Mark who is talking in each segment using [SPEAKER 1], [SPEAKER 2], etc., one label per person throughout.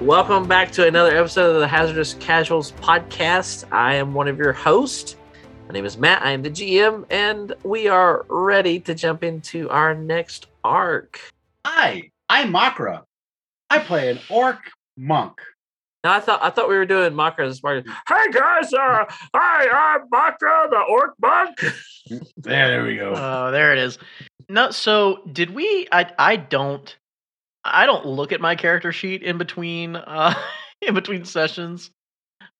[SPEAKER 1] Welcome back to another episode of the Hazardous Casuals podcast. I am one of your hosts. My name is Matt. I am the GM, and we are ready to jump into our next arc.
[SPEAKER 2] Hi, I'm Makra. I play an orc monk.
[SPEAKER 1] Now I thought I thought we were doing Makra this morning. Hey guys, uh, hi, I'm Makra, the Orc Monk.
[SPEAKER 2] There, there we go.
[SPEAKER 3] Oh, there it is. No, so did we? I I don't I don't look at my character sheet in between uh in between sessions.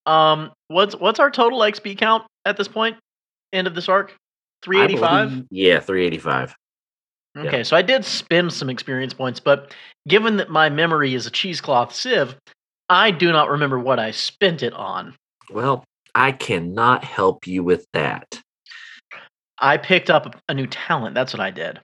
[SPEAKER 3] Um, what's what's our total XP count at this point? End of this arc, three eighty five.
[SPEAKER 1] Yeah, three eighty five. yeah.
[SPEAKER 3] Okay, so I did spend some experience points, but given that my memory is a cheesecloth sieve, I do not remember what I spent it on.
[SPEAKER 1] Well, I cannot help you with that.
[SPEAKER 3] I picked up a new talent. That's what I did.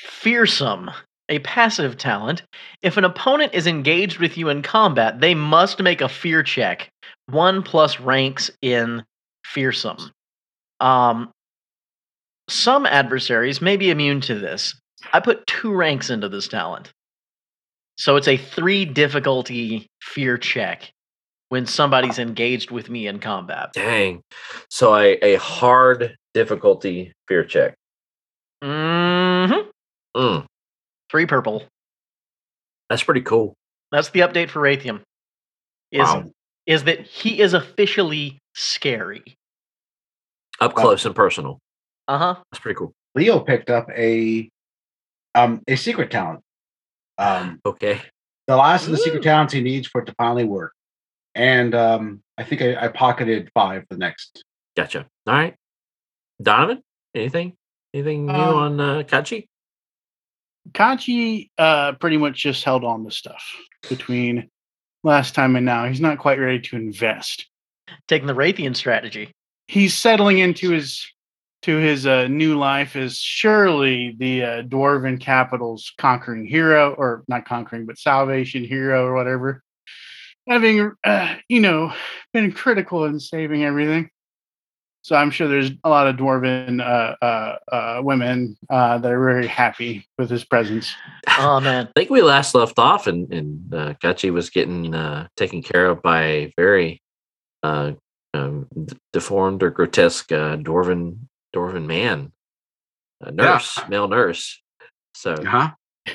[SPEAKER 3] Fearsome, a passive talent. If an opponent is engaged with you in combat, they must make a fear check, one plus ranks in fearsome. Um, some adversaries may be immune to this. I put two ranks into this talent. So it's a three difficulty fear check when somebody's engaged with me in combat.
[SPEAKER 1] Dang. So a, a hard difficulty fear check.
[SPEAKER 3] hmm
[SPEAKER 1] Mm,
[SPEAKER 3] Three purple.
[SPEAKER 1] that's pretty cool.
[SPEAKER 3] That's the update for Raytheon. Is
[SPEAKER 1] Wow.
[SPEAKER 3] is that he is officially scary.
[SPEAKER 1] Up
[SPEAKER 2] Wow.
[SPEAKER 1] close and personal.
[SPEAKER 3] Uh-huh.
[SPEAKER 1] That's pretty cool.
[SPEAKER 2] Leo picked up a um a secret talent. Um,
[SPEAKER 1] Okay.
[SPEAKER 2] the last of the secret
[SPEAKER 3] Ooh.
[SPEAKER 2] talents he needs for it to finally work. And um, I think I, I pocketed five for the next.
[SPEAKER 1] Gotcha. All right. Donovan, anything? Anything new on
[SPEAKER 4] Um,
[SPEAKER 1] uh, Kachi?
[SPEAKER 4] Kachi uh, pretty much just held on to stuff between last time and now. He's not quite ready to invest.
[SPEAKER 3] Taking the Raytheon strategy.
[SPEAKER 4] He's settling into his to his uh, new life as surely the uh, dwarven capital's conquering hero, or not conquering, but salvation hero, or whatever. Having uh, you know been critical in saving everything, so I'm sure there's a lot of dwarven uh, uh, uh, women uh, that are very happy with his presence.
[SPEAKER 3] Oh man.
[SPEAKER 1] I think we last left off, and and uh, Kachi was getting uh, taken care of by a very uh, um, d- deformed or grotesque uh, dwarven dwarven man, a nurse, male nurse. So
[SPEAKER 2] huh.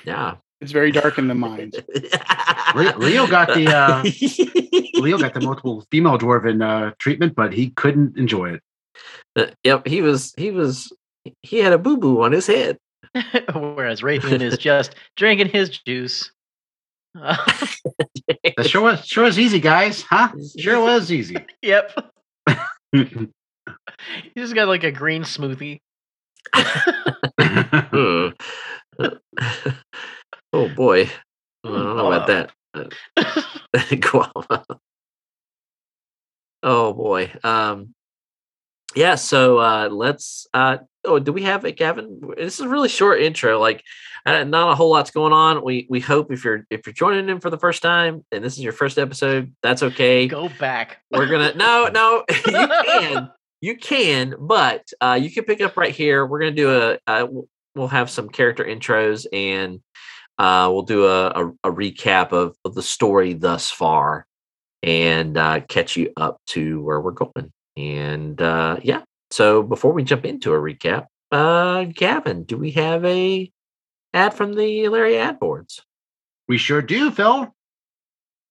[SPEAKER 1] yeah,
[SPEAKER 4] It's very dark in the mind.
[SPEAKER 2] Le- Leo got the, uh, Leo got the multiple female dwarven uh, treatment, but he couldn't enjoy it.
[SPEAKER 1] Uh, yep, he was he was he had a boo boo on his head.
[SPEAKER 3] Whereas Raytheon is just drinking his juice. Uh,
[SPEAKER 2] That sure was sure was easy, guys, huh? Sure was easy.
[SPEAKER 3] yep. He just got like a green smoothie.
[SPEAKER 1] Hmm. oh boy, I don't know about
[SPEAKER 3] Guava.
[SPEAKER 1] that. guava. Oh boy. Um yeah, so uh let's uh oh do we have it, Gavin? This is a really short intro. Like uh, not a whole lot's going on. We we hope if you're if you're joining in for the first time and this is your first episode, that's okay.
[SPEAKER 3] Go back.
[SPEAKER 1] We're gonna no, no, you can. You can, but uh you can pick up right here. We're gonna do a uh, we'll have some character intros and uh, we'll do a, a, a recap of, of the story thus far and uh, catch you up to where we're going. And uh, yeah, so before we jump into a recap, uh, Gavin, do we have a ad from the Larry ad boards?
[SPEAKER 2] We sure do, Phil.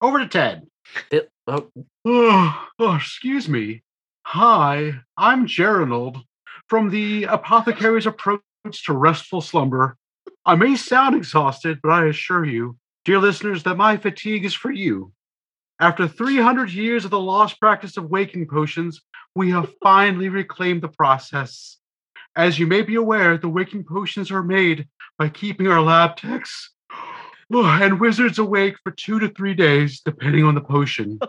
[SPEAKER 2] Over to Ted.
[SPEAKER 1] It- oh,
[SPEAKER 2] Oh, oh, excuse me. Hi, I'm Gerinald from the Apothecary's Approach to Restful Slumber. I may sound exhausted, but I assure you, dear listeners, that my fatigue is for you. After 300 years of the lost practice of waking potions, we have finally reclaimed the process. As you may be aware, the waking potions are made by keeping our lab techs and wizards awake for two to three days, depending on the potion.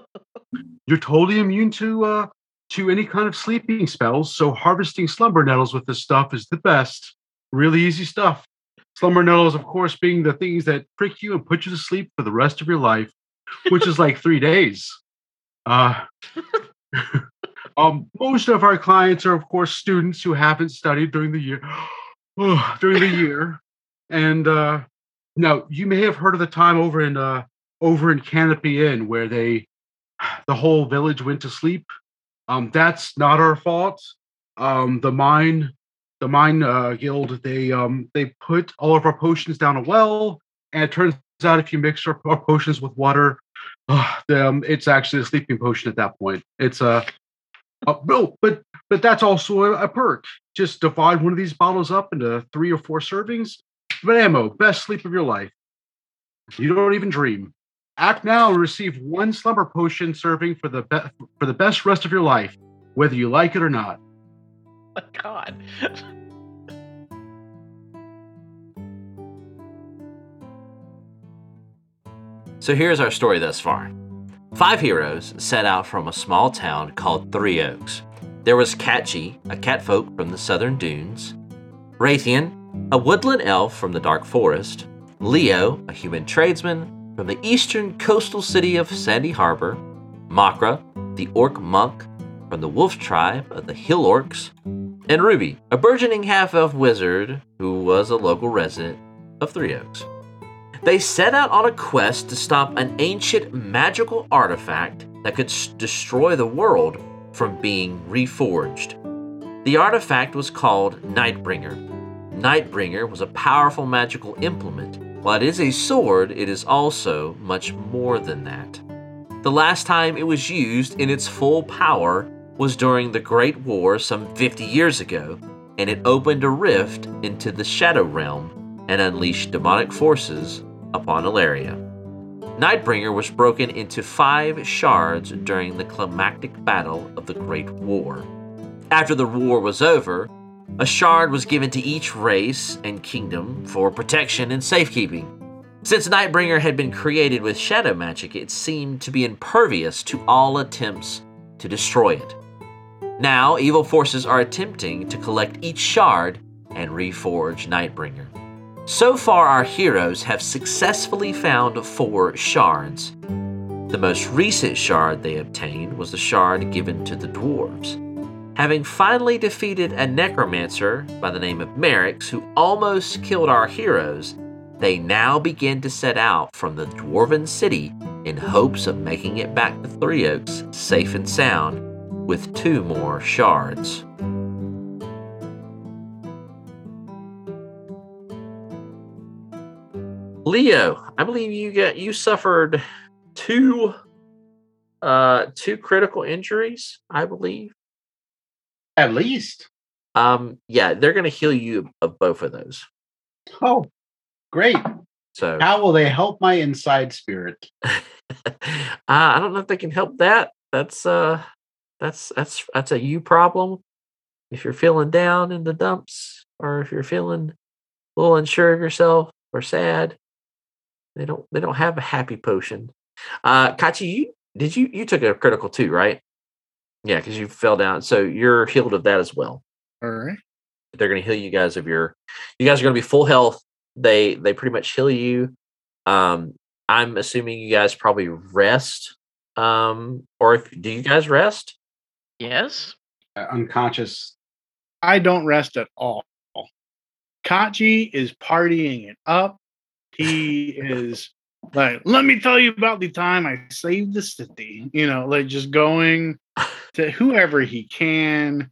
[SPEAKER 2] You're totally immune to uh, to any kind of sleeping spells, so harvesting slumber nettles with this stuff is the best. Really easy stuff. Slumber nettles, of course, being the things that prick you and put you to sleep for the rest of your life, which is like three days. Uh, um, most of our clients are, of course, students who haven't studied during the year. oh, during the year, and uh, now you may have heard of the time over in uh,
[SPEAKER 5] over in Canopy Inn where they the whole village went to sleep. Um, that's not our fault. Um, the mine, the mine uh, guild, they um, they put all of our potions down a well, and it turns out if you mix our, our potions with water, uh, them it's actually a sleeping potion at that point. It's a, a no, but but that's also a, a perk. Just divide one of these bottles up into three or four servings. Blammo, best sleep of your life. You don't even dream. Act now and receive one slumber potion serving for the be- for the best rest of your life, whether you like it or not.
[SPEAKER 3] My God.
[SPEAKER 1] So here's our story thus far. Five heroes set out from a small town called Three Oaks. There was Catchy, a catfolk from the southern dunes, Raytheon, a woodland elf from the dark forest, Leo, a human tradesman from the eastern coastal city of Sandy Harbor, Makra, the orc monk from the wolf tribe of the hill orcs, and Ruby, a burgeoning half elf wizard who was a local resident of Three Oaks. They set out on a quest to stop an ancient magical artifact that could s- destroy the world from being reforged. The artifact was called Nightbringer. Nightbringer was a powerful magical implement. While it is a sword, it is also much more than that. The last time it was used in its full power was during the Great War some 50 years ago, and it opened a rift into the Shadow Realm and unleashed demonic forces upon Ilaria. Nightbringer was broken into five shards during the climactic battle of the Great War. After the war was over, a shard was given to each race and kingdom for protection and safekeeping. Since Nightbringer had been created with shadow magic, it seemed to be impervious to all attempts to destroy it. Now, evil forces are attempting to collect each shard and reforge Nightbringer. So far, our heroes have successfully found four shards. The most recent shard they obtained was the shard given to the dwarves. Having finally defeated a necromancer by the name of Merrix, who almost killed our heroes, they now begin to set out from the dwarven city in hopes of making it back to Three Oaks safe and sound with two more shards. Leo, I believe you got you suffered two uh two critical injuries, I believe.
[SPEAKER 5] At least.
[SPEAKER 1] Um yeah, they're going to heal you of both of those.
[SPEAKER 5] Oh,
[SPEAKER 4] Great.
[SPEAKER 1] So
[SPEAKER 4] How will they help my inside spirit?
[SPEAKER 1] uh, I don't know if they can help that. That's uh that's that's that's a you problem. If you're feeling down in the dumps or if you're feeling a little unsure of yourself or sad, they don't they don't have a happy potion. Uh Kachi, you did you you took a critical too, right? Yeah, because you fell down. So you're healed of that as well
[SPEAKER 4] All right.
[SPEAKER 1] they're going to heal you guys of your you guys are going to be full health they they pretty much heal you um i'm assuming you guys probably rest um or if do you guys rest
[SPEAKER 3] Yes.
[SPEAKER 5] Uh, unconscious.
[SPEAKER 4] I don't rest at all. Kachi is partying it up. He is like, let me tell you about the time I saved the city. You know, like just going to whoever he can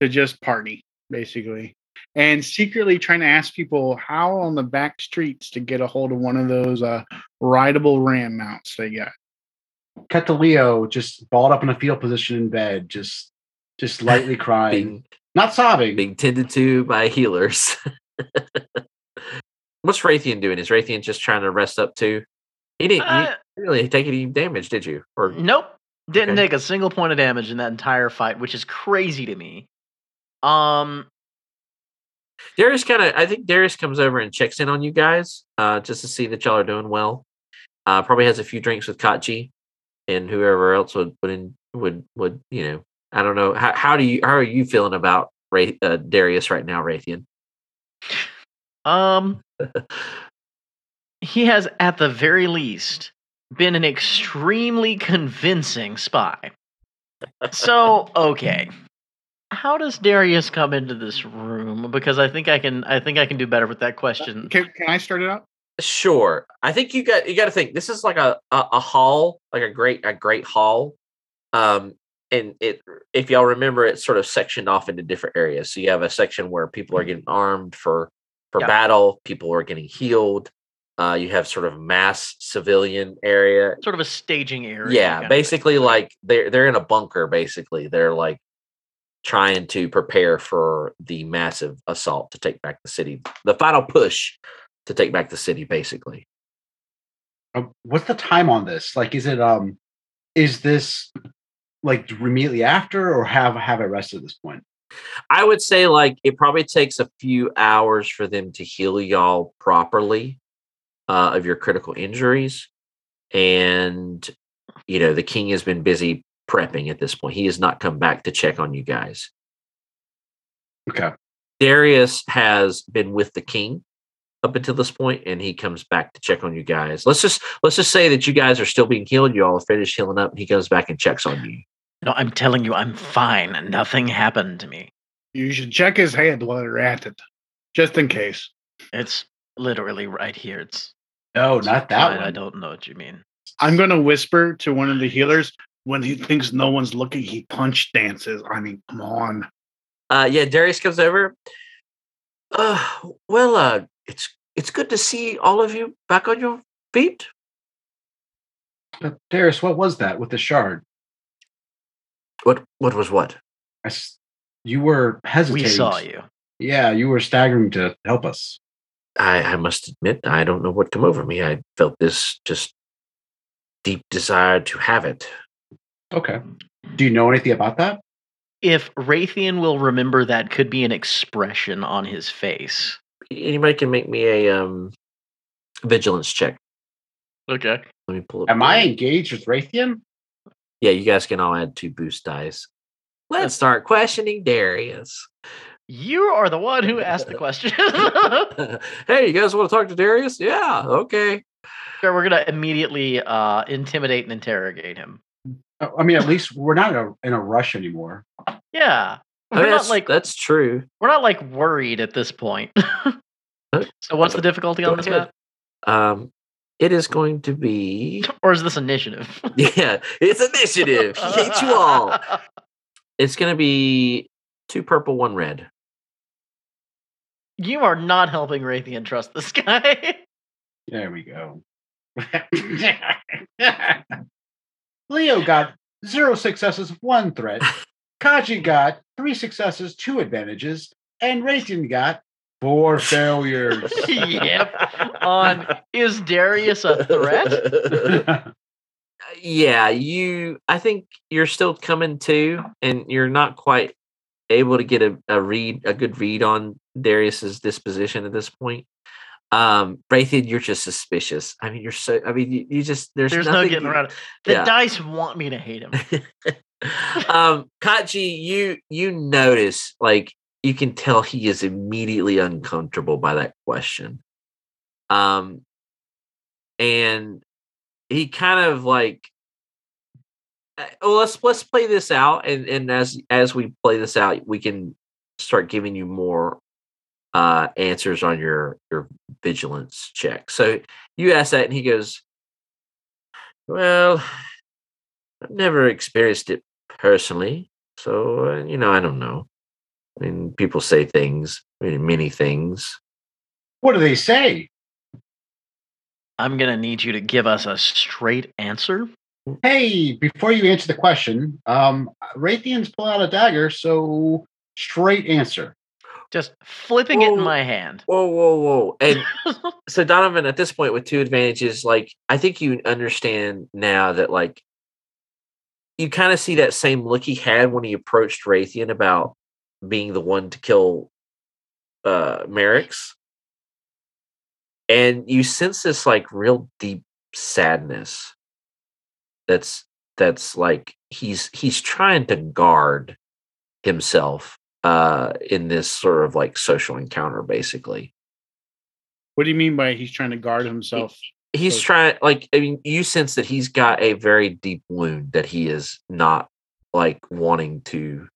[SPEAKER 4] to just party, basically. And secretly trying to ask people how on the back streets to get a hold of one of those uh, rideable ram mounts they got.
[SPEAKER 5] Cut to Leo just balled up in a fetal position in bed, just just lightly crying.
[SPEAKER 1] being
[SPEAKER 5] Not sobbing.
[SPEAKER 1] being tended to by healers what's Raytheon doing is Raytheon just trying to rest up too he didn't you
[SPEAKER 3] Uh,
[SPEAKER 1] didn't really take any damage did you or
[SPEAKER 3] nope. Didn't
[SPEAKER 1] Okay.
[SPEAKER 3] take a single point of damage in that entire fight, which is crazy to me. Um,
[SPEAKER 1] Darius kind of, I think Darius comes over and checks in on you guys uh, just to see that y'all are doing well. Uh, probably has a few drinks with Kachi and whoever else would would in, would would you know. I don't know how how do you how are you feeling about Ray, uh, Darius right now, Raytheon?
[SPEAKER 3] um, he has, at the very least, been an extremely convincing spy. So, okay. How does Darius come into this room? Because I think I can I think I can do better with that question.
[SPEAKER 4] Can, can I start it out?
[SPEAKER 1] sure i think you got you got to think this is like a, a a hall like a great a great hall um and it if y'all remember it's sort of sectioned off into different areas so you have a section where people are getting armed for for
[SPEAKER 3] Yeah.
[SPEAKER 1] battle people are getting healed uh you have sort of mass civilian area
[SPEAKER 3] Sort of a staging area.
[SPEAKER 1] yeah
[SPEAKER 3] kinda
[SPEAKER 1] basically
[SPEAKER 3] thing.
[SPEAKER 1] like they're they're in a bunker basically they're like trying to prepare for the massive assault to take back the city the final push to take back the city basically
[SPEAKER 2] Um, what's the time on this? Like, is it um, is this like immediately after, or have have it rested at this point?
[SPEAKER 1] i would say like it probably takes a few hours for them to heal y'all properly uh, of your critical injuries and you know the king has been busy prepping at this point he has not come back to check on you guys
[SPEAKER 2] Okay.
[SPEAKER 1] Darius has been with the king up until this point, and he comes back to check on you guys. Let's just let's just say that you guys are still being healed. You all are finished healing up, and he comes back and checks on you.
[SPEAKER 3] No, I'm telling you, I'm fine. Nothing happened to me.
[SPEAKER 4] You should check his hand while you're at it, just in case.
[SPEAKER 3] It's literally right here. It's
[SPEAKER 2] No,
[SPEAKER 3] it's
[SPEAKER 2] Oh, not
[SPEAKER 3] right.
[SPEAKER 2] that
[SPEAKER 3] I
[SPEAKER 2] one.
[SPEAKER 3] don't know what you mean.
[SPEAKER 4] I'm going to whisper to one of the healers when he thinks no one's looking, he punch dances. I mean, come on.
[SPEAKER 1] Uh, yeah, Darius comes over. Uh, well, uh, it's it's good to see all of you back on your feet.
[SPEAKER 2] But Darius, what was that with the shard?
[SPEAKER 1] What what was what?
[SPEAKER 2] I s- you were hesitating.
[SPEAKER 3] We saw you.
[SPEAKER 2] Yeah, you were staggering to help us.
[SPEAKER 1] I, I must admit, I don't know what come over me. I felt this just deep desire to have it.
[SPEAKER 2] Okay. Do you know anything about that?
[SPEAKER 3] If Raytheon will remember, that could be an expression on his face.
[SPEAKER 1] Anybody can make me a um, vigilance check.
[SPEAKER 3] Okay.
[SPEAKER 1] Let me pull up.
[SPEAKER 2] Am
[SPEAKER 1] the-
[SPEAKER 2] I engaged with Raytheon?
[SPEAKER 1] Yeah, you guys can all add two boost dice. Let's
[SPEAKER 3] That's-
[SPEAKER 1] start questioning Darius.
[SPEAKER 3] You are the one who asked the question.
[SPEAKER 1] hey, you guys want to talk to Darius? Yeah, okay.
[SPEAKER 3] Sure, we're gonna immediately uh, intimidate and interrogate him.
[SPEAKER 2] Uh, I mean, at least we're not in a, in a rush anymore.
[SPEAKER 3] Yeah,
[SPEAKER 1] I mean,
[SPEAKER 3] we're not
[SPEAKER 1] Oh, that's,
[SPEAKER 3] like
[SPEAKER 1] that's true.
[SPEAKER 3] we're not like worried at this point. so what's the difficulty
[SPEAKER 1] Go
[SPEAKER 3] on this
[SPEAKER 1] ahead.
[SPEAKER 3] map,
[SPEAKER 1] Um, it is going to be
[SPEAKER 3] or is this initiative?
[SPEAKER 1] yeah, it's initiative. He hates you all. It's going to be two purple, one red.
[SPEAKER 3] You are not helping Raytheon trust this guy.
[SPEAKER 2] There we go. Leo got zero successes, one threat. Kaji got three successes, two advantages, and Raytheon got four failures.
[SPEAKER 3] yep. On is Darius a threat?
[SPEAKER 1] Uh, yeah, you. I think you're still coming to, and you're not quite able to get a, a read, a good read on Darius's disposition at this point. Um, Raytheon, you're just suspicious. I mean, you're so. I mean, you, you just there's,
[SPEAKER 3] There's
[SPEAKER 1] nothing
[SPEAKER 3] no getting
[SPEAKER 1] you-
[SPEAKER 3] around it. The
[SPEAKER 1] Yeah.
[SPEAKER 3] dice want me to hate him.
[SPEAKER 1] um, Kachi, you you notice like you can tell he is immediately uncomfortable by that question. Um, and he kind of like, uh, well, let's let's play this out, and and as as we play this out, we can start giving you more uh answers on your your vigilance check. So you ask that, and he goes, "Well, I've never experienced it personally, so uh, you know I don't know. I mean, people say things, I mean, many things.
[SPEAKER 2] what do they say?
[SPEAKER 3] I'm gonna need you to give us a straight answer.
[SPEAKER 2] Hey, before you answer the question, um, Raytheon's pull out a dagger, so straight answer.
[SPEAKER 3] Just flipping it in
[SPEAKER 1] Well-
[SPEAKER 3] my hand.
[SPEAKER 1] Whoa, whoa, whoa! And so Donovan, at this point, with two advantages, like I think you understand now that like you kind of see that same look he had when he approached Raytheon about being the one to kill uh Merrick's. And you sense this like real deep sadness that's that's like he's he's trying to guard himself uh in this sort of like social encounter basically
[SPEAKER 4] What do you mean by he's trying to guard himself?
[SPEAKER 1] he's
[SPEAKER 4] So-
[SPEAKER 1] trying like i mean you sense that he's got a very deep wound that he is not like wanting to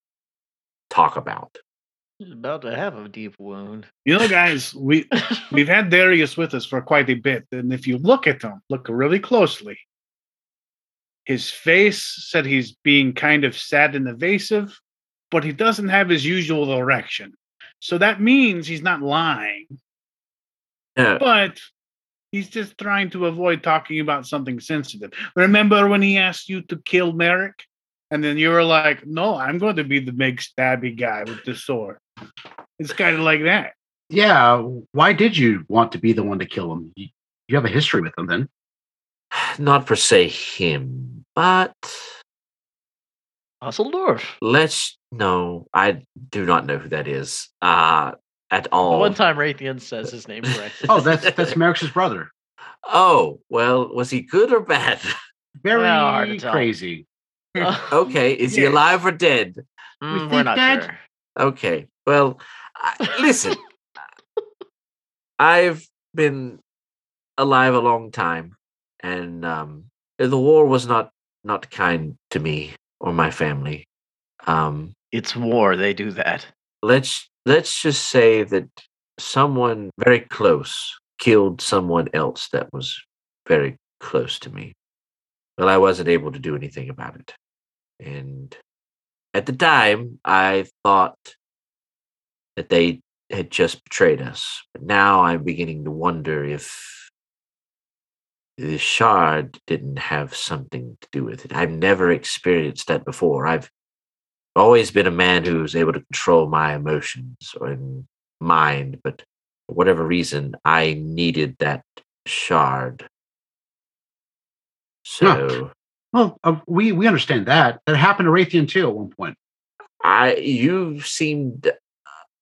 [SPEAKER 1] talk about
[SPEAKER 3] He's about to have a deep wound.
[SPEAKER 4] You know, guys, we
[SPEAKER 3] He's
[SPEAKER 4] we've had Darius with us for quite a bit, and if you look at him, look really closely, his face said he's being kind of sad and evasive, but he doesn't have his usual erection. So that means he's not lying,
[SPEAKER 1] No,
[SPEAKER 4] but he's just trying to avoid talking about something sensitive. Remember when he asked you to kill Merrick? And then you were like, no, I'm going to be the big stabby guy with the sword. It's kind of like that.
[SPEAKER 2] Yeah. Why did you want to be the one to kill him? You, you have a history with him then.
[SPEAKER 1] not per se him, but
[SPEAKER 3] Dusseldorf.
[SPEAKER 1] let's no, I do not know who that is. Uh at
[SPEAKER 3] The
[SPEAKER 1] all.
[SPEAKER 3] one time Raytheon says his name correctly.
[SPEAKER 2] Oh, that's that's Merrick's brother.
[SPEAKER 1] Oh, well, was he good or bad?
[SPEAKER 2] Very
[SPEAKER 3] Well, hard to tell.
[SPEAKER 2] crazy.
[SPEAKER 3] Oh,
[SPEAKER 1] Okay, is he
[SPEAKER 4] Yes.
[SPEAKER 1] alive or dead?
[SPEAKER 3] Uh, Mm,
[SPEAKER 2] We
[SPEAKER 3] we're
[SPEAKER 2] think
[SPEAKER 3] not
[SPEAKER 2] that-
[SPEAKER 3] sure.
[SPEAKER 1] Okay. Well, I, listen, I've been alive a long time, and um, the war was not not kind to me or my family. Um,
[SPEAKER 3] It's war. They do that.
[SPEAKER 1] let's let's just say that someone very close killed someone else that was very close to me. Well, I wasn't able to do anything about it. And at the time, I thought that they had just betrayed us. But now I'm beginning to wonder if the shard didn't have something to do with it. I've never experienced that before. I've always been a man who was able to control my emotions or in mind, but for whatever reason, I needed that shard.
[SPEAKER 2] Huh.
[SPEAKER 1] So
[SPEAKER 2] Well, uh, we we understand that. That happened to Raytheon too at one point.
[SPEAKER 1] I, you seemed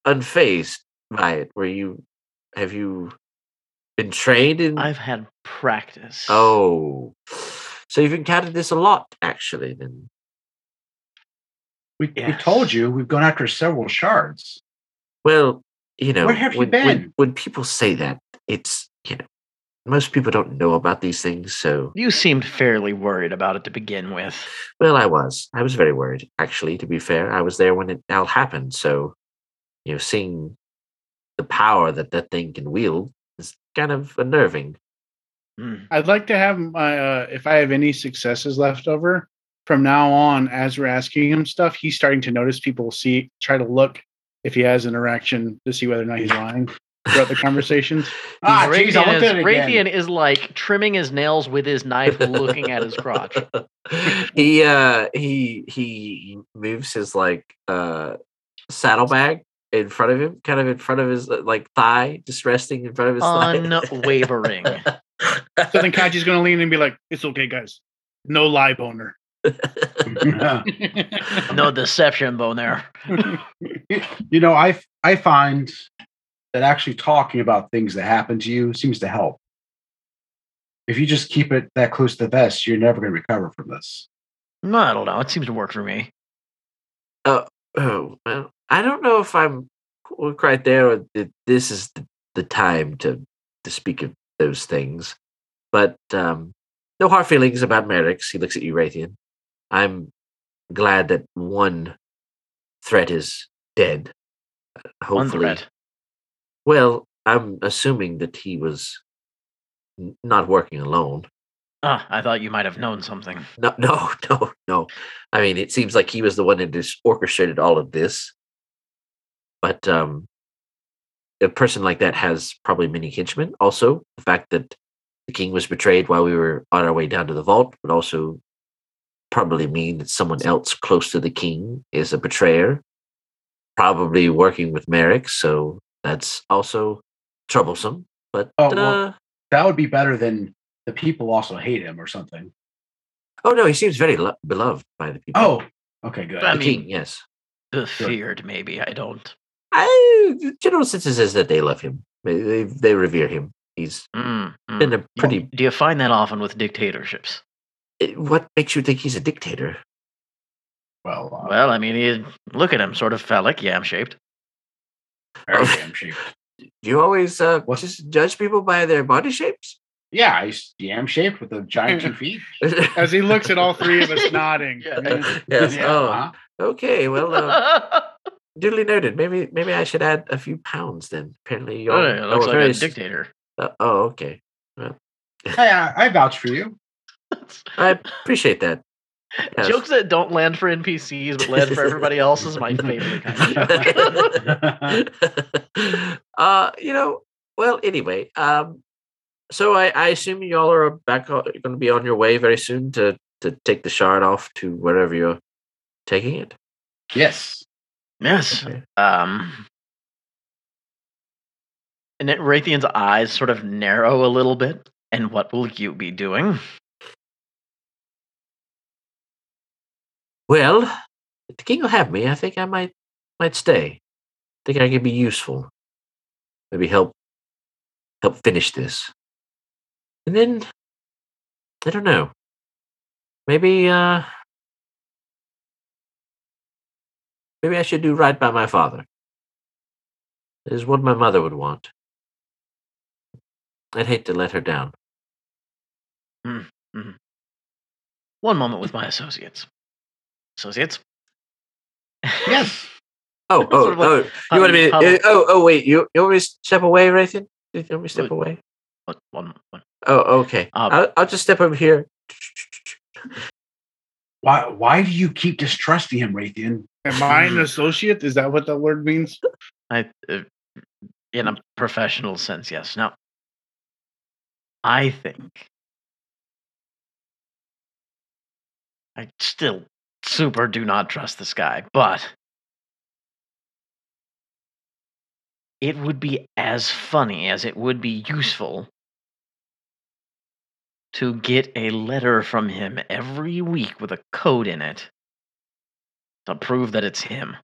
[SPEAKER 1] unfazed by it. Were you? Have you been trained in?
[SPEAKER 3] I've had practice.
[SPEAKER 1] Oh, so you've encountered this a lot, actually. Then
[SPEAKER 2] We, we
[SPEAKER 3] Yes.
[SPEAKER 2] told you we've gone after several shards.
[SPEAKER 1] Well, you know,
[SPEAKER 2] Where have you
[SPEAKER 1] when, When,
[SPEAKER 2] been?
[SPEAKER 1] when people say that, it's you know, most people don't know about these things. So,
[SPEAKER 3] You seemed fairly worried about it to begin with.
[SPEAKER 1] well, I was, I was very worried, actually. To be fair, I was there when it all happened. So, you know, seeing the power that that thing can wield is kind of unnerving.
[SPEAKER 3] Mm.
[SPEAKER 4] I'd like to have my uh, if I have any successes left over from now on. As we're asking him stuff, he's starting to notice people see try to look if he has an erection to see whether or not he's lying throughout the conversations.
[SPEAKER 2] Ah,
[SPEAKER 3] Raytheon,
[SPEAKER 2] jeez, I looked
[SPEAKER 3] is,
[SPEAKER 2] at it again.
[SPEAKER 3] Raytheon is like trimming his nails with his knife, looking at his crotch.
[SPEAKER 1] he uh he he moves his like uh saddlebag in front of him, kind of in front of his uh, like thigh, just resting in front of his thigh.
[SPEAKER 3] Unwavering.
[SPEAKER 4] So then Kaji's going to lean and be like, "It's okay, guys. No lie boner."
[SPEAKER 3] no deception, Bonaire.
[SPEAKER 2] you know, I I find that actually talking about things that happen to you seems to help. If you just keep it that close to the vest, you're never going to recover from this.
[SPEAKER 3] No, I don't know. It seems to work for me.
[SPEAKER 1] oh well, i don't know if i'm qu- quite there or that this is the, the time to to speak of those things but um no hard feelings about merrick's he looks at you Raytheon. i'm glad that one threat is dead Uh,
[SPEAKER 3] One
[SPEAKER 1] hopefully
[SPEAKER 3] threat.
[SPEAKER 1] well i'm assuming that he was n- not working alone
[SPEAKER 3] Ah, I thought you might have known something.
[SPEAKER 1] no no no no i mean it seems like he was the one that just orchestrated all of this but um a person like that has probably many henchmen also the fact that the king was betrayed while we were on our way down to the vault would also probably mean that someone else close to the king is a betrayer probably working with merrick so that's also troublesome but
[SPEAKER 2] Oh, well-
[SPEAKER 1] uh,
[SPEAKER 2] That would be better than the people also hate him or something.
[SPEAKER 1] oh no he seems very lo- beloved by the people
[SPEAKER 2] Oh, okay, good.
[SPEAKER 1] the
[SPEAKER 3] I mean-
[SPEAKER 1] king yes
[SPEAKER 3] The feared, maybe. I don't.
[SPEAKER 1] I the general sense is that they love him. They they, they revere him. He's
[SPEAKER 3] Mm, mm.
[SPEAKER 1] been a pretty.
[SPEAKER 3] Do you find that often with dictatorships?
[SPEAKER 1] eh, What makes you think he's a dictator?
[SPEAKER 2] well, uh,
[SPEAKER 3] Well, I mean, he, look at him, sort of phallic, yam shaped.
[SPEAKER 2] very damn shape.
[SPEAKER 1] You always uh,
[SPEAKER 2] What?
[SPEAKER 1] just judge people by their body shapes.
[SPEAKER 2] Yeah, he's yam shaped with a giant two feet.
[SPEAKER 4] As he looks at all three of us, nodding.
[SPEAKER 3] Yeah.
[SPEAKER 2] uh-huh.
[SPEAKER 1] yes.
[SPEAKER 2] Yeah,
[SPEAKER 1] oh.
[SPEAKER 2] huh?
[SPEAKER 1] Okay. Well. oh, Uh, duly noted. Maybe maybe I should add a few pounds then. Apparently you
[SPEAKER 3] Oh, yeah, it looks
[SPEAKER 1] are very
[SPEAKER 3] like a
[SPEAKER 1] s-
[SPEAKER 3] dictator.
[SPEAKER 1] uh, oh, okay.
[SPEAKER 2] Hey, I, I vouch for you.
[SPEAKER 1] I appreciate that. Yes.
[SPEAKER 3] Jokes that don't land for NPCs but land for everybody else is my favorite kind of joke.
[SPEAKER 1] uh, you know, well, anyway, um, so I, I assume you all are back on, going to be on your way very soon to to take the shard off to wherever you're taking it.
[SPEAKER 2] Yes.
[SPEAKER 3] yes. Um, and then Raytheon's eyes sort of narrow a little bit. And what will you be doing?
[SPEAKER 1] Well, if the king will have me. I think I might might stay. I think I can be useful. Maybe help help finish this. And then I don't know. Maybe uh maybe I should do right by my father. This is what my mother would want. I'd hate to let her down.
[SPEAKER 3] One moment with my associates. Associates?
[SPEAKER 2] Yes.
[SPEAKER 1] Oh, oh,
[SPEAKER 3] Sort of
[SPEAKER 1] oh!
[SPEAKER 3] like
[SPEAKER 1] you want me?
[SPEAKER 3] huddle- huddle.
[SPEAKER 1] Oh, oh, wait! You, you want me to step away, Raytheon? You want me to step
[SPEAKER 3] Wait.
[SPEAKER 1] away?
[SPEAKER 3] One, one, one.
[SPEAKER 1] Oh, okay.
[SPEAKER 3] Um,
[SPEAKER 1] I'll, I'll just step over here.
[SPEAKER 2] Why why do you keep distrusting him, Raytheon?
[SPEAKER 4] Am I an associate? Is that what that word means?
[SPEAKER 3] I, uh, in a professional sense, yes. Now, I think I still super do not trust this guy, but it would be as funny as it would be useful to get a letter from him every week with a code in it to prove that it's him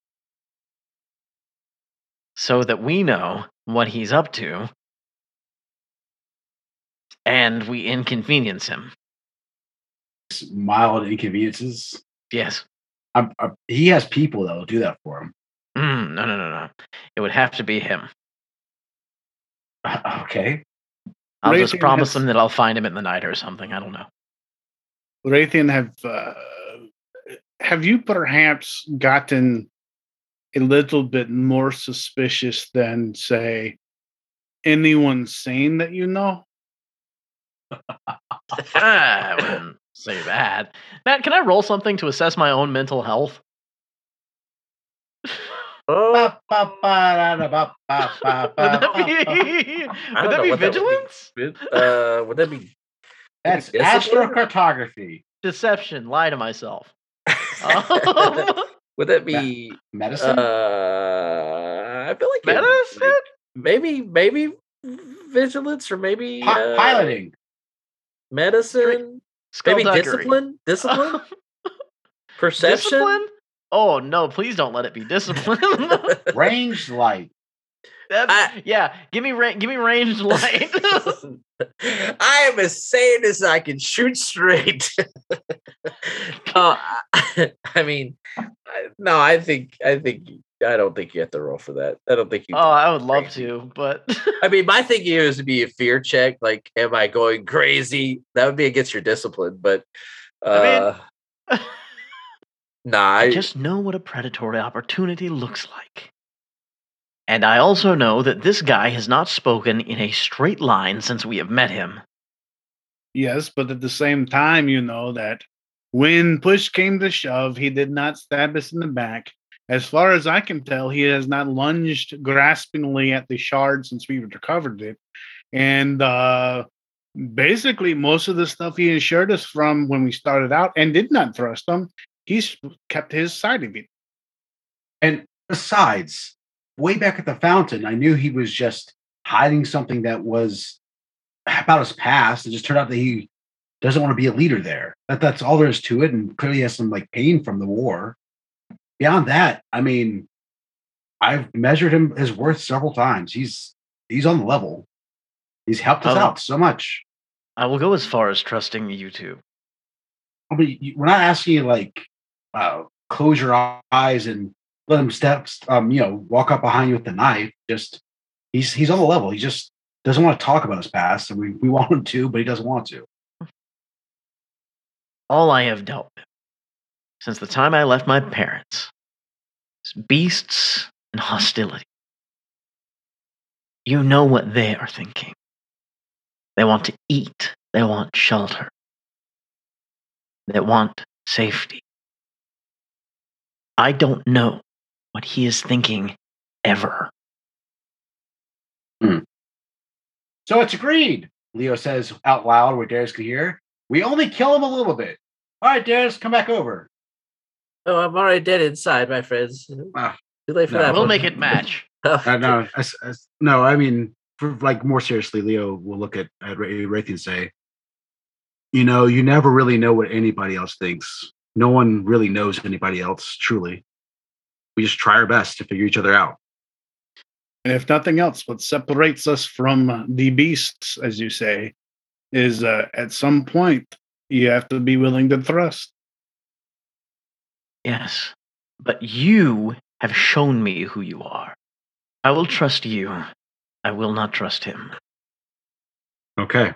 [SPEAKER 3] so that we know what he's up to and we inconvenience him.
[SPEAKER 2] Mild inconveniences.
[SPEAKER 3] Yes.
[SPEAKER 2] I'm, i he has people that will do that for him.
[SPEAKER 3] Mm, no, no, no, no. It would have to be him.
[SPEAKER 2] Okay.
[SPEAKER 3] I'll
[SPEAKER 4] Raising
[SPEAKER 3] just promise
[SPEAKER 4] his-
[SPEAKER 3] him that I'll find him in the night or something. I don't know.
[SPEAKER 4] Raytheon, have uh, have you perhaps gotten a little bit more suspicious than say anyone sane that you know?
[SPEAKER 3] I wouldn't say that. Matt, can I roll something to assess my own mental health?
[SPEAKER 1] Oh,
[SPEAKER 3] Would that be,
[SPEAKER 1] don't know
[SPEAKER 3] would that be
[SPEAKER 1] what that would be.
[SPEAKER 3] vigilance?
[SPEAKER 1] uh, would that be?
[SPEAKER 2] That's astrocartography,
[SPEAKER 3] Deception. Lie to myself. Um,
[SPEAKER 1] would that be?
[SPEAKER 2] medicine.
[SPEAKER 1] Uh, I feel like it-
[SPEAKER 3] medicine?
[SPEAKER 1] Maybe, maybe vigilance, or maybe
[SPEAKER 2] Pi-
[SPEAKER 1] uh,
[SPEAKER 2] piloting.
[SPEAKER 1] medicine, maybe
[SPEAKER 3] Skullduggery.
[SPEAKER 1] discipline, discipline, perception.
[SPEAKER 3] Discipline? Oh no! Please don't let it be discipline.
[SPEAKER 2] Range light.
[SPEAKER 3] That's,
[SPEAKER 1] I-
[SPEAKER 3] yeah, give me ra- give me ranged light.
[SPEAKER 1] I am as sane as I can shoot straight. uh, I mean, I, no, I think I think I don't think you have to roll for that. I don't think you.
[SPEAKER 3] oh, I would love to, but
[SPEAKER 1] I mean, my thing here is to be a fear check. Like, am I going crazy? That would be against your discipline, but uh,
[SPEAKER 3] I
[SPEAKER 1] nah, I,
[SPEAKER 3] I just know what a predatory opportunity looks like. And I also know that this guy has not spoken in a straight line since we have met him.
[SPEAKER 4] Yes, but at the same time, you know that when push came to shove, he did not stab us in the back. As far as I can tell, he has not lunged graspingly at the shard since we recovered it. And uh, basically, most of the stuff he assured us from when we started out and did not thrust him, he's kept his side of it.
[SPEAKER 2] And besides, way back at the fountain, I knew he was just hiding something that was about his past. It just turned out that he doesn't want to be a leader there. That that's all there is to it, and clearly has some like pain from the war. Beyond that, I mean, I've measured him his worth several times. He's he's on the level. He's helped us
[SPEAKER 3] Oh.
[SPEAKER 2] out so much.
[SPEAKER 3] I will go as far as trusting you two.
[SPEAKER 2] I mean, you- we're not asking you like uh, close your eyes and let him steps, um, you know, walk up behind you with the knife. Just he's he's on the level. He just doesn't want to talk about his past, and we we want him to, but he doesn't want to.
[SPEAKER 3] All I have dealt with since the time I left my parents is It's beasts and hostility. You know what they are thinking. They want to eat, they want shelter, they want safety. I don't know what he is thinking ever.
[SPEAKER 2] So it's agreed, Leo says out loud where Darius can hear. We only kill him a little bit. All right, Darius, come back over.
[SPEAKER 1] Oh, I'm already dead inside, my friends.
[SPEAKER 2] Ah,
[SPEAKER 1] Too late for
[SPEAKER 2] no.
[SPEAKER 1] that.
[SPEAKER 3] We'll
[SPEAKER 1] one.
[SPEAKER 3] make it match.
[SPEAKER 2] Uh, no, I s- I s- no, I mean, for, like more seriously, Leo will look at, at Ra- Wraith and say, you know, you never really know what anybody else thinks. No one really knows anybody else, truly. We just try our best to figure each other out.
[SPEAKER 4] And if nothing else, what separates us from the beasts, as you say, is uh, at some point you have to be willing to thrust.
[SPEAKER 3] Yes, but you have shown me who you are. I will trust you. I will not trust him.
[SPEAKER 2] Okay.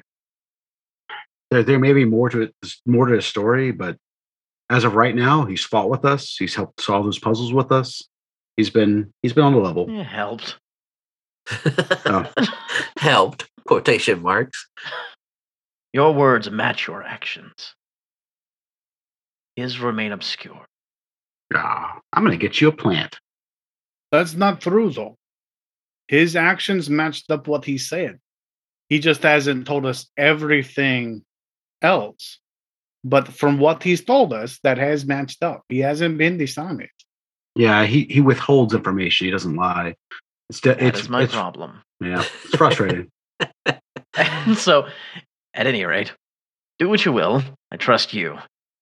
[SPEAKER 2] There, there may be more to it, more to the story, but as of right now, he's fought with us. He's helped solve those puzzles with us. He's been he's been on the level.
[SPEAKER 3] It helped.
[SPEAKER 1] Helped quotation marks.
[SPEAKER 3] Your words match your actions. His remain obscure.
[SPEAKER 2] Ah, I'm gonna get you a plant.
[SPEAKER 4] That's not true, though. His actions matched up what he said. He just hasn't told us everything else. But from what he's told us, that has matched up. He hasn't been dishonest.
[SPEAKER 2] Yeah, he he withholds information. He doesn't lie. It's de-
[SPEAKER 3] That is
[SPEAKER 2] it's
[SPEAKER 3] my
[SPEAKER 2] it's,
[SPEAKER 3] problem.
[SPEAKER 2] Yeah, it's frustrating.
[SPEAKER 3] And so, at any rate, do what you will. I trust you.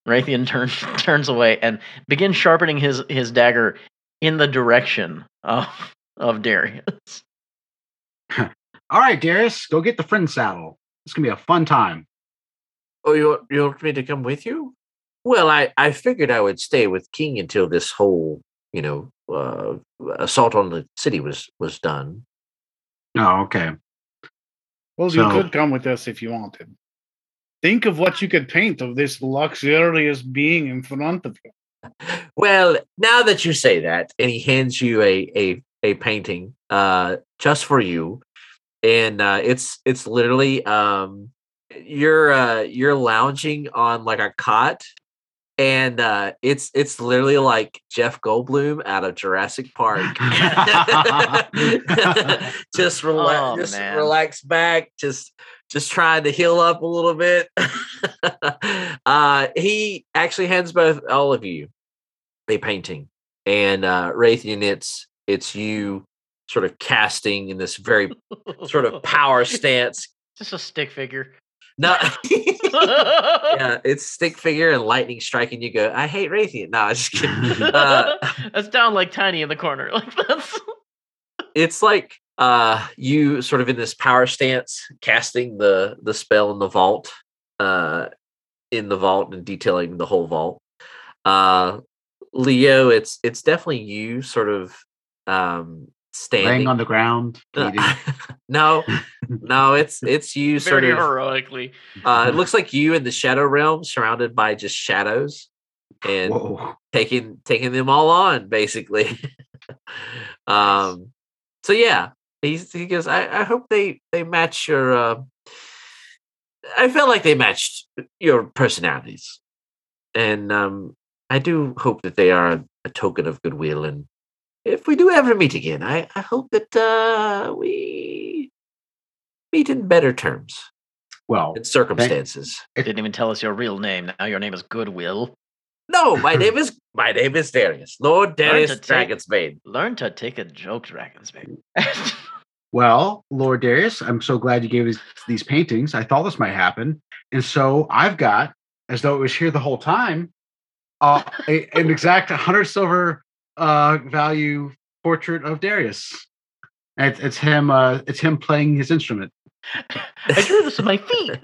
[SPEAKER 3] Raytheon turns turns away and begins sharpening his his dagger in the direction of of Darius.
[SPEAKER 2] All right, Darius, go get the friend saddle. It's gonna be a fun time.
[SPEAKER 1] Oh, you want, you want me to come with you? Well, I, I figured I would stay with King until this whole, you know, uh, assault on the city was was done.
[SPEAKER 2] Oh, okay.
[SPEAKER 4] Well,
[SPEAKER 2] So-
[SPEAKER 4] you could come with us if you wanted. Think of what you could paint of this luxurious being in front of you.
[SPEAKER 1] Well, now that you say that, and he hands you a a a painting uh just for you, and uh it's it's literally um you're uh you're lounging on like a cot and uh it's it's literally like Jeff Goldblum out of Jurassic Park. just relax
[SPEAKER 3] Oh,
[SPEAKER 1] just
[SPEAKER 3] man.
[SPEAKER 1] relax back just just trying to heal up a little bit uh he actually hands both all of you a painting and uh Raytheon it's it's you sort of casting in this very sort of power stance
[SPEAKER 3] Just a stick figure.
[SPEAKER 1] no yeah it's stick figure and lightning striking you go i hate Raytheon no i just kidding
[SPEAKER 3] Mm-hmm.
[SPEAKER 1] Uh,
[SPEAKER 3] that's down like tiny in the corner. Like that's
[SPEAKER 1] it's like uh you sort of in this power stance casting the the spell in the vault uh in the vault and detailing the whole vault uh leo it's it's definitely you sort of um standing
[SPEAKER 2] Laying on the ground.
[SPEAKER 1] Uh,
[SPEAKER 2] bleeding.
[SPEAKER 1] no no it's it's you sort
[SPEAKER 3] very
[SPEAKER 1] of
[SPEAKER 3] heroically.
[SPEAKER 1] uh it looks like you in the shadow realm surrounded by just shadows and
[SPEAKER 2] Whoa.
[SPEAKER 1] taking taking them all on basically um so yeah he's, he goes I, I hope they they match your uh i felt like they matched your personalities and um i do hope that they are a token of goodwill and if we do ever meet again i i hope that uh we meet in better terms
[SPEAKER 2] Well,
[SPEAKER 1] and circumstances
[SPEAKER 3] Didn't even tell us your real name. Now your name is Goodwill.
[SPEAKER 1] no my name is my name is darius lord darius
[SPEAKER 3] to take-
[SPEAKER 1] dragonsbane
[SPEAKER 3] Learn to take a joke, dragons, baby.
[SPEAKER 2] Well, Lord Darius, I'm so glad you gave us these paintings. I thought this might happen. And so I've got, as though it was here the whole time, uh, a, an exact 100 silver uh, value portrait of Darius. And It's, it's him. Uh, it's him playing his instrument.
[SPEAKER 3] I drew this with my feet.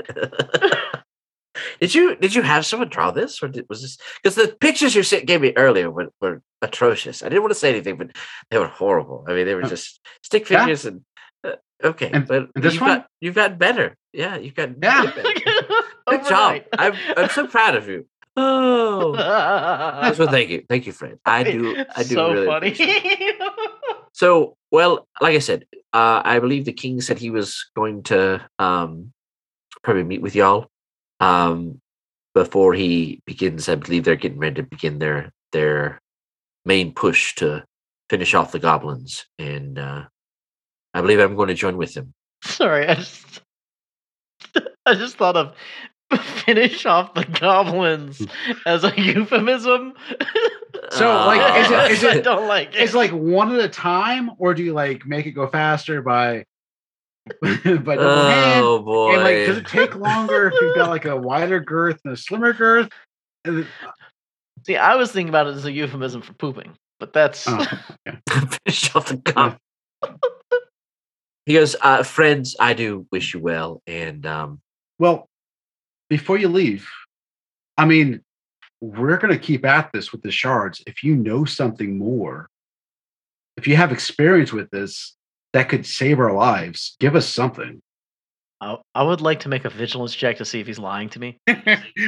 [SPEAKER 1] did you did you have someone draw this or did, was this because the pictures you sent gave me earlier were, were atrocious i didn't want to say anything but they were horrible i mean they were
[SPEAKER 2] Uh,
[SPEAKER 1] just stick
[SPEAKER 2] yeah.
[SPEAKER 1] figures and uh, okay
[SPEAKER 2] And-
[SPEAKER 1] but
[SPEAKER 2] and this
[SPEAKER 1] you've
[SPEAKER 2] one?
[SPEAKER 1] got you've gotten better yeah you've gotten
[SPEAKER 2] Yeah.
[SPEAKER 1] way better. good job
[SPEAKER 3] Overnight.
[SPEAKER 1] I'm, I'm so proud of you Oh,
[SPEAKER 3] That's
[SPEAKER 1] so thank you, thank you, Fred. I do, I do.
[SPEAKER 3] So
[SPEAKER 1] really
[SPEAKER 3] funny.
[SPEAKER 1] appreciate it. So, well, like I said, uh, I believe the king said he was going to um, probably meet with y'all um, before he begins. I believe they're getting ready to begin their their main push to finish off the goblins, and uh, I believe I'm going to join with them.
[SPEAKER 3] Sorry, I just I just thought of finish off the goblins as a euphemism.
[SPEAKER 2] So,
[SPEAKER 1] Uh,
[SPEAKER 2] like, is it- is
[SPEAKER 3] I
[SPEAKER 2] it-
[SPEAKER 3] don't like it.
[SPEAKER 2] It's like one at a time, or do you like make it go faster by by double hand?
[SPEAKER 1] oh boy,
[SPEAKER 2] And like, does it take longer if you've got like a wider girth and a slimmer girth? And then-
[SPEAKER 3] See, I was thinking about it as a euphemism for pooping, but that's
[SPEAKER 2] Oh.
[SPEAKER 1] finish off the goblin. He goes, uh, friends, I do wish you well, and um,
[SPEAKER 2] Well, before you leave, I mean, we're going to keep at this with the shards. If you know something more, if you have experience with this, that could save our lives. Give us something.
[SPEAKER 3] I, I would like to make a vigilance check to see if he's lying to me.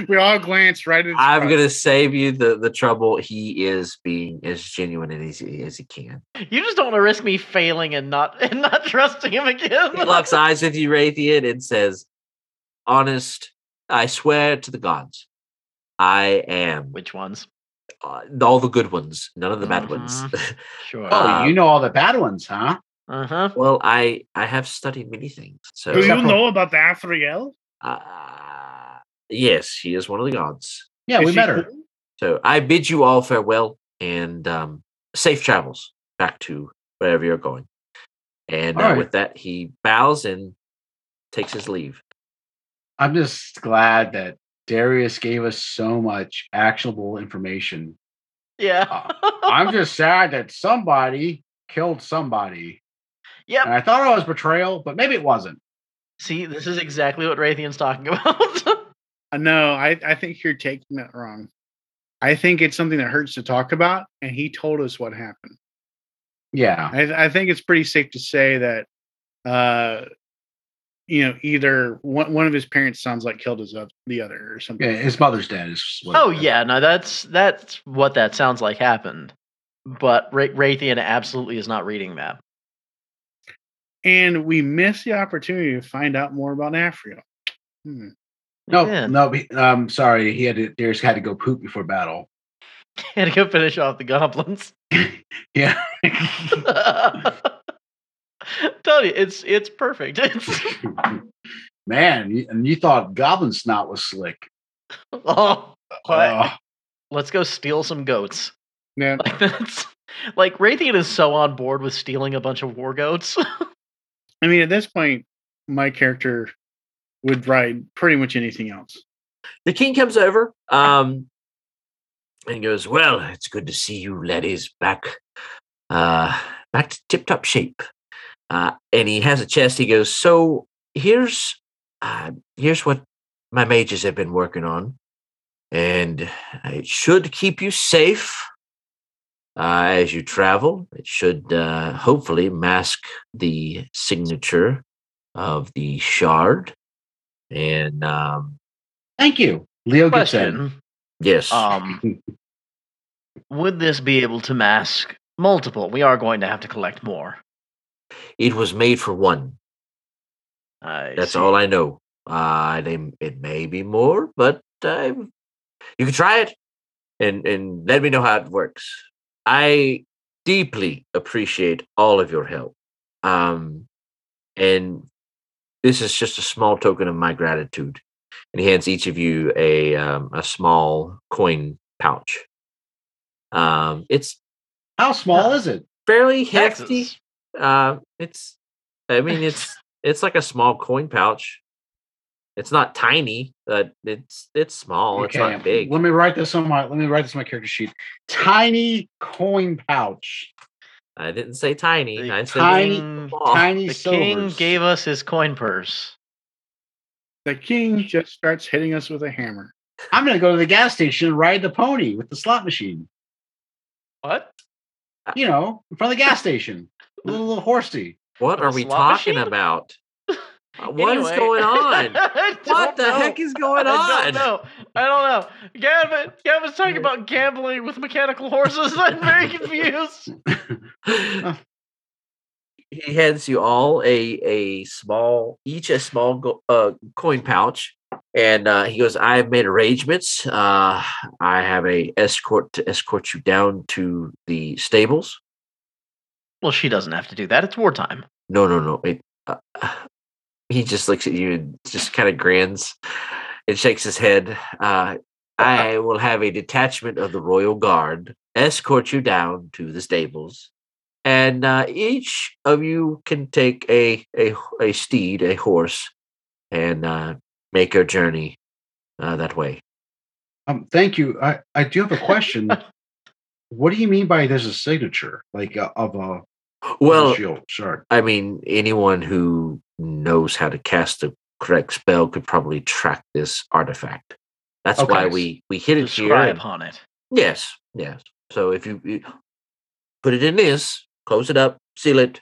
[SPEAKER 4] we all glance right at.
[SPEAKER 1] I'm gonna save you the the trouble. He is being as genuine and easy as he can.
[SPEAKER 3] You just don't want to risk me failing and not and not trusting him again.
[SPEAKER 1] He locks eyes with you, Raytheon, and says, "Honest, I swear to the gods, I am
[SPEAKER 3] Which ones?
[SPEAKER 1] uh, all the good ones, none of the bad ones."
[SPEAKER 3] Sure.
[SPEAKER 2] Oh,
[SPEAKER 1] Uh,
[SPEAKER 2] you know all the bad ones, huh?
[SPEAKER 3] Uh huh.
[SPEAKER 1] well, I I have studied many things, so
[SPEAKER 4] Do
[SPEAKER 2] Except
[SPEAKER 4] you
[SPEAKER 2] for-
[SPEAKER 4] know about the Afriel?
[SPEAKER 1] uh, yes, she is one of the gods.
[SPEAKER 2] Yeah,
[SPEAKER 4] Is
[SPEAKER 2] we
[SPEAKER 4] she
[SPEAKER 2] met her.
[SPEAKER 4] cool?
[SPEAKER 1] So I bid you all farewell and um, safe travels back to wherever you're going. And uh,
[SPEAKER 2] All right.
[SPEAKER 1] with that, he bows and takes his leave.
[SPEAKER 2] I'm just glad that Darius gave us so much actionable information.
[SPEAKER 3] Yeah.
[SPEAKER 2] Uh, I'm just sad that somebody killed somebody.
[SPEAKER 3] yep.
[SPEAKER 2] And I thought it was betrayal, but maybe it wasn't.
[SPEAKER 3] See, this is exactly what Raytheon's talking about.
[SPEAKER 4] Uh, No, I, I think you're taking that wrong. I think it's something that hurts to talk about, and he told us what happened.
[SPEAKER 2] Yeah.
[SPEAKER 4] I, I think it's pretty safe to say that, uh, you know, either one, one of his parents sounds like killed his oth- the other or something.
[SPEAKER 2] Yeah, his mother's dead. Is what
[SPEAKER 3] oh yeah, no, that's that's what that sounds like happened. But Ra- Raytheon absolutely is not reading that.
[SPEAKER 4] And we missed the opportunity to find out more about Afriel. Hmm.
[SPEAKER 2] No,
[SPEAKER 3] Yeah.
[SPEAKER 2] no. be- Um, sorry, he had to, Darius had to go poop before battle.
[SPEAKER 3] Had to go finish off the goblins.
[SPEAKER 2] Yeah,
[SPEAKER 3] Tell you, it's it's perfect. It's
[SPEAKER 2] man, you, and you thought Goblin Snot was slick.
[SPEAKER 3] oh,
[SPEAKER 2] Uh,
[SPEAKER 3] let's go steal some goats.
[SPEAKER 4] Yeah.
[SPEAKER 3] Like that's like Raytheon is so on board with stealing a bunch of war goats.
[SPEAKER 4] I mean, at this point, my character would ride pretty much anything else.
[SPEAKER 1] The king comes over um, and goes, "Well, it's good to see you laddies back, uh, back to tip-top shape." Uh, and he has a chest. He goes, "So here's uh, here's what my mages have been working on, and it should keep you safe uh, as you travel. It should uh, hopefully mask the signature of the shard." And um,
[SPEAKER 2] thank you, Leo gets in.
[SPEAKER 3] Question:
[SPEAKER 1] yes,
[SPEAKER 3] um, Would this be able to mask multiple? We are going to have to collect more.
[SPEAKER 1] it was made for one.
[SPEAKER 3] I
[SPEAKER 1] That's
[SPEAKER 3] see.
[SPEAKER 1] all I know. Uh, they, it may be more, but uh, you can try it and, and let me know how it works. I deeply appreciate all of your help. Um, and this is just a small token of my gratitude. And he hands each of you a, um, a small coin pouch. Um, it's
[SPEAKER 2] How small is it?
[SPEAKER 1] fairly hefty.
[SPEAKER 3] Taxes.
[SPEAKER 1] Uh, it's, I mean, it's it's like a small coin pouch. It's not tiny, but it's it's small. Oh, It's not big.
[SPEAKER 2] Let me write this on my. Let me write this on my character sheet. Tiny coin pouch.
[SPEAKER 1] I didn't say tiny.
[SPEAKER 3] The
[SPEAKER 1] I said
[SPEAKER 2] tiny-
[SPEAKER 3] king-
[SPEAKER 1] small.
[SPEAKER 2] tiny
[SPEAKER 3] the king
[SPEAKER 2] silvers.
[SPEAKER 3] gave us his coin purse.
[SPEAKER 4] The king just starts hitting us with a hammer.
[SPEAKER 2] I'm gonna go to the gas station and ride the pony with the slot machine.
[SPEAKER 3] What?
[SPEAKER 2] You know, in front of the gas station, a little, little horsey.
[SPEAKER 1] What
[SPEAKER 3] With a
[SPEAKER 1] are we
[SPEAKER 3] slot
[SPEAKER 1] talking
[SPEAKER 3] machine?
[SPEAKER 1] about? Uh, What is
[SPEAKER 3] Anyway.
[SPEAKER 1] going on?
[SPEAKER 3] I
[SPEAKER 1] What
[SPEAKER 3] don't
[SPEAKER 1] the
[SPEAKER 3] know.
[SPEAKER 1] heck is going
[SPEAKER 3] I don't
[SPEAKER 1] on?
[SPEAKER 3] know. I don't know. Gavin, Gavin's talking about gambling with mechanical horses. I'm very confused.
[SPEAKER 1] he hands you all a a small each a small go, uh, coin pouch and uh, he goes i have made arrangements uh, i have a escort to escort you down to the stables
[SPEAKER 3] Well, she doesn't have to do that. It's wartime.
[SPEAKER 1] no no no it, uh, he just looks at you and just kind of grins and shakes his head uh, i will have a detachment of the royal guard escort you down to the stables and uh, each of you can take a a, a steed a horse and uh, make your journey uh, that way
[SPEAKER 2] Um, thank you. I, I do have a question. what do you mean by there's a signature like uh, of a, of
[SPEAKER 1] well
[SPEAKER 2] a shield shard?
[SPEAKER 1] i mean anyone who knows how to cast the correct spell could probably track this artifact that's
[SPEAKER 2] Okay.
[SPEAKER 1] why we we hid it here
[SPEAKER 3] Describe
[SPEAKER 1] and-
[SPEAKER 3] on it.
[SPEAKER 1] Yes, yes. So if you, you put it in this, close it up, seal it,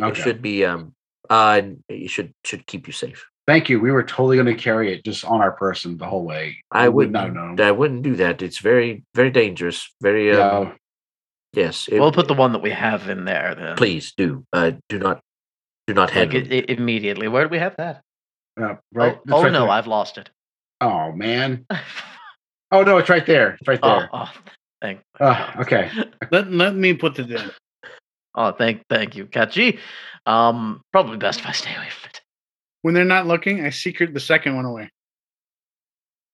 [SPEAKER 2] Okay.
[SPEAKER 1] it should be um uh and it should should keep you safe.
[SPEAKER 2] Thank you. We were totally going to carry it just on our person the whole way.
[SPEAKER 1] I
[SPEAKER 2] We
[SPEAKER 1] wouldn't
[SPEAKER 2] not know.
[SPEAKER 1] I wouldn't do that. It's very very dangerous. Very um,
[SPEAKER 2] yeah.
[SPEAKER 1] yes. it-
[SPEAKER 3] We'll put the one that we have in there then.
[SPEAKER 1] please do uh do not do not
[SPEAKER 3] Like
[SPEAKER 1] handle
[SPEAKER 3] it,
[SPEAKER 1] it.
[SPEAKER 3] i- immediately. Where do we have that?
[SPEAKER 2] Uh, right.
[SPEAKER 3] Oh, oh
[SPEAKER 2] It's right
[SPEAKER 3] no,
[SPEAKER 2] there.
[SPEAKER 3] I've lost it.
[SPEAKER 2] oh man.
[SPEAKER 3] oh,
[SPEAKER 2] Oh no, it's right there. It's right there.
[SPEAKER 3] oh, thank.
[SPEAKER 2] Uh, okay.
[SPEAKER 4] Let, let me put it in.
[SPEAKER 3] Oh, thank, thank you, Kachi. Um, probably best if I stay away from it.
[SPEAKER 4] When they're not looking, I secret the second one away.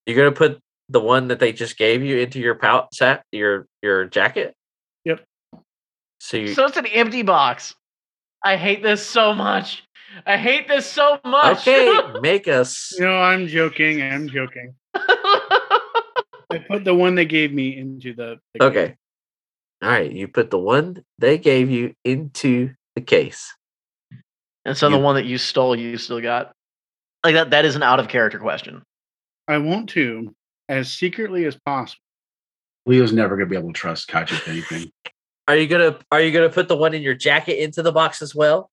[SPEAKER 1] You're gonna put the one that they just gave you into your pout sack, your your jacket.
[SPEAKER 4] Yep.
[SPEAKER 1] So you
[SPEAKER 3] So it's an empty box. I hate this so much. I hate this so much.
[SPEAKER 1] okay? Make us
[SPEAKER 4] No, I'm joking. I'm joking. I put the one they gave me into the. the
[SPEAKER 1] Okay. All right. You put the one they gave you into the case.
[SPEAKER 3] and so the
[SPEAKER 1] You-
[SPEAKER 3] one that you stole, you still got. Like that. That is an out of character question.
[SPEAKER 4] I want to, as secretly as possible.
[SPEAKER 2] Leo's never going to be able to trust Kachi with anything.
[SPEAKER 1] Are you gonna Are you gonna put the one in your jacket into the box as well?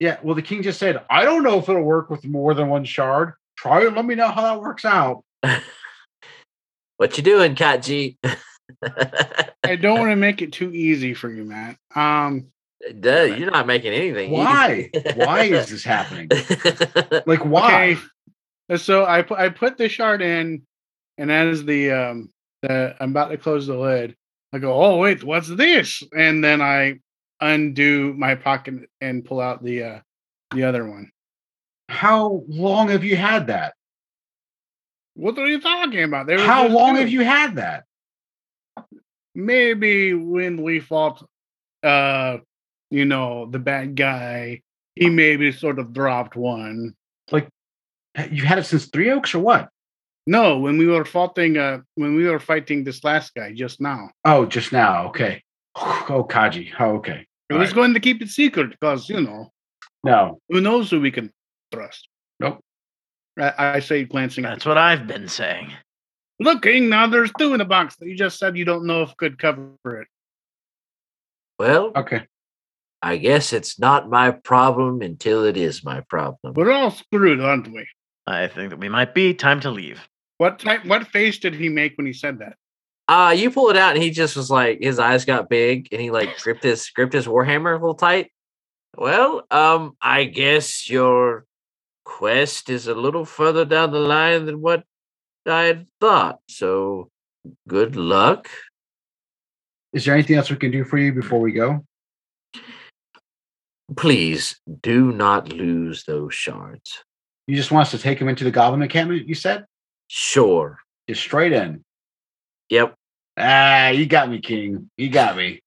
[SPEAKER 2] yeah. Well, the king just said, I don't know if it'll work with more than one shard. Try it. Let me know how that works out.
[SPEAKER 1] What you doing, Katji?
[SPEAKER 4] I don't want to make it too easy for you, Matt. Um,
[SPEAKER 1] Duh, you're not making anything.
[SPEAKER 2] Why?
[SPEAKER 1] easy.
[SPEAKER 2] why is this happening? Like, why?
[SPEAKER 4] okay. So I put I put the shard in, and as the um the I'm about to close the lid, I go, oh wait, what's this? And then I undo my pocket and pull out the uh the other one.
[SPEAKER 2] How long have you had that?
[SPEAKER 4] What are you talking about? There was
[SPEAKER 2] How
[SPEAKER 4] just
[SPEAKER 2] long
[SPEAKER 4] two.
[SPEAKER 2] have you had that?
[SPEAKER 4] maybe when we fought uh you know the bad guy he maybe sort of dropped one
[SPEAKER 2] You had it since Three Oaks or what?
[SPEAKER 4] no when we were fighting uh when we were fighting this last guy just now
[SPEAKER 2] Oh, just now. Okay. Oh, Kaji. Oh, okay.
[SPEAKER 4] i
[SPEAKER 2] All
[SPEAKER 4] was
[SPEAKER 2] right.
[SPEAKER 4] going to keep it secret because you know
[SPEAKER 2] No.
[SPEAKER 4] who knows who we can trust
[SPEAKER 2] Nope.
[SPEAKER 4] i, I say glancing at
[SPEAKER 3] That's what I've been saying.
[SPEAKER 4] looking now there's two in the box that you just said you don't know if could cover it
[SPEAKER 1] well,
[SPEAKER 2] Okay.
[SPEAKER 1] I guess it's not my problem until it is my problem.
[SPEAKER 4] we're all screwed aren't we
[SPEAKER 3] I think that we might be time to leave.
[SPEAKER 4] what type what face did he make when he said that
[SPEAKER 1] Uh you pull it out and he just was like his eyes got big and he like gripped his gripped his warhammer a little tight. Well, um, I guess your quest is a little further down the line than what I had thought. So good luck.
[SPEAKER 2] Is there anything else we can do for you before we go?
[SPEAKER 1] Please do not lose those shards.
[SPEAKER 2] You just want us to take him into the goblin encampment, you said?
[SPEAKER 1] Sure.
[SPEAKER 2] Just straight in.
[SPEAKER 1] Yep.
[SPEAKER 2] Ah, you got me, King. You got me.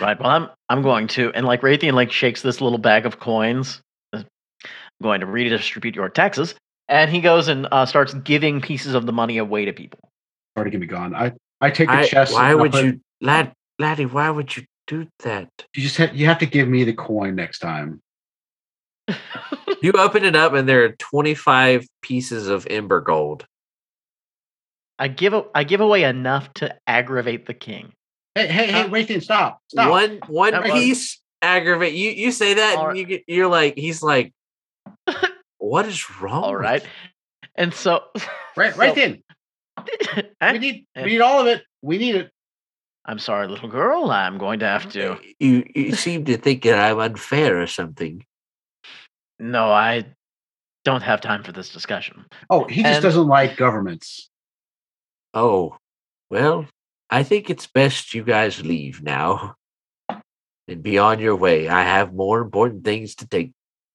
[SPEAKER 3] Right. Well, I'm I'm going to, and like Raytheon like shakes this little bag of coins. uh, I'm going to redistribute your taxes, and he goes and uh, starts giving pieces of the money away to people.
[SPEAKER 2] Already gonna be gone. I, I take the
[SPEAKER 1] I-
[SPEAKER 2] chest.
[SPEAKER 1] why
[SPEAKER 2] and I
[SPEAKER 1] would
[SPEAKER 2] put-
[SPEAKER 1] you lad laddie, why would you do that?
[SPEAKER 2] You just have, you have to give me the coin next time.
[SPEAKER 1] You open it up and there are 25 pieces of ember gold.
[SPEAKER 3] I give a, I give away enough to aggravate the king.
[SPEAKER 2] Hey, hey, hey, Raytheon, stop. Stop.
[SPEAKER 1] One one
[SPEAKER 3] That was-
[SPEAKER 1] piece aggravate you. You say that,
[SPEAKER 3] All
[SPEAKER 1] and
[SPEAKER 3] right.
[SPEAKER 1] you get, you're like, he's like, what is wrong?
[SPEAKER 3] All
[SPEAKER 1] with
[SPEAKER 3] right.
[SPEAKER 1] you?"
[SPEAKER 3] And so,
[SPEAKER 2] Right, right
[SPEAKER 3] So-
[SPEAKER 2] then. We need
[SPEAKER 3] Eh.
[SPEAKER 2] we need all of it. We need it.
[SPEAKER 3] I'm sorry, little girl. I'm going to have to.
[SPEAKER 1] You you seem to think that I'm unfair or something.
[SPEAKER 3] No, I don't have time for this discussion.
[SPEAKER 2] Oh, he just
[SPEAKER 3] And-
[SPEAKER 2] doesn't like governments.
[SPEAKER 1] Oh, well, I think it's best you guys leave now and be on your way. I have more important things to take.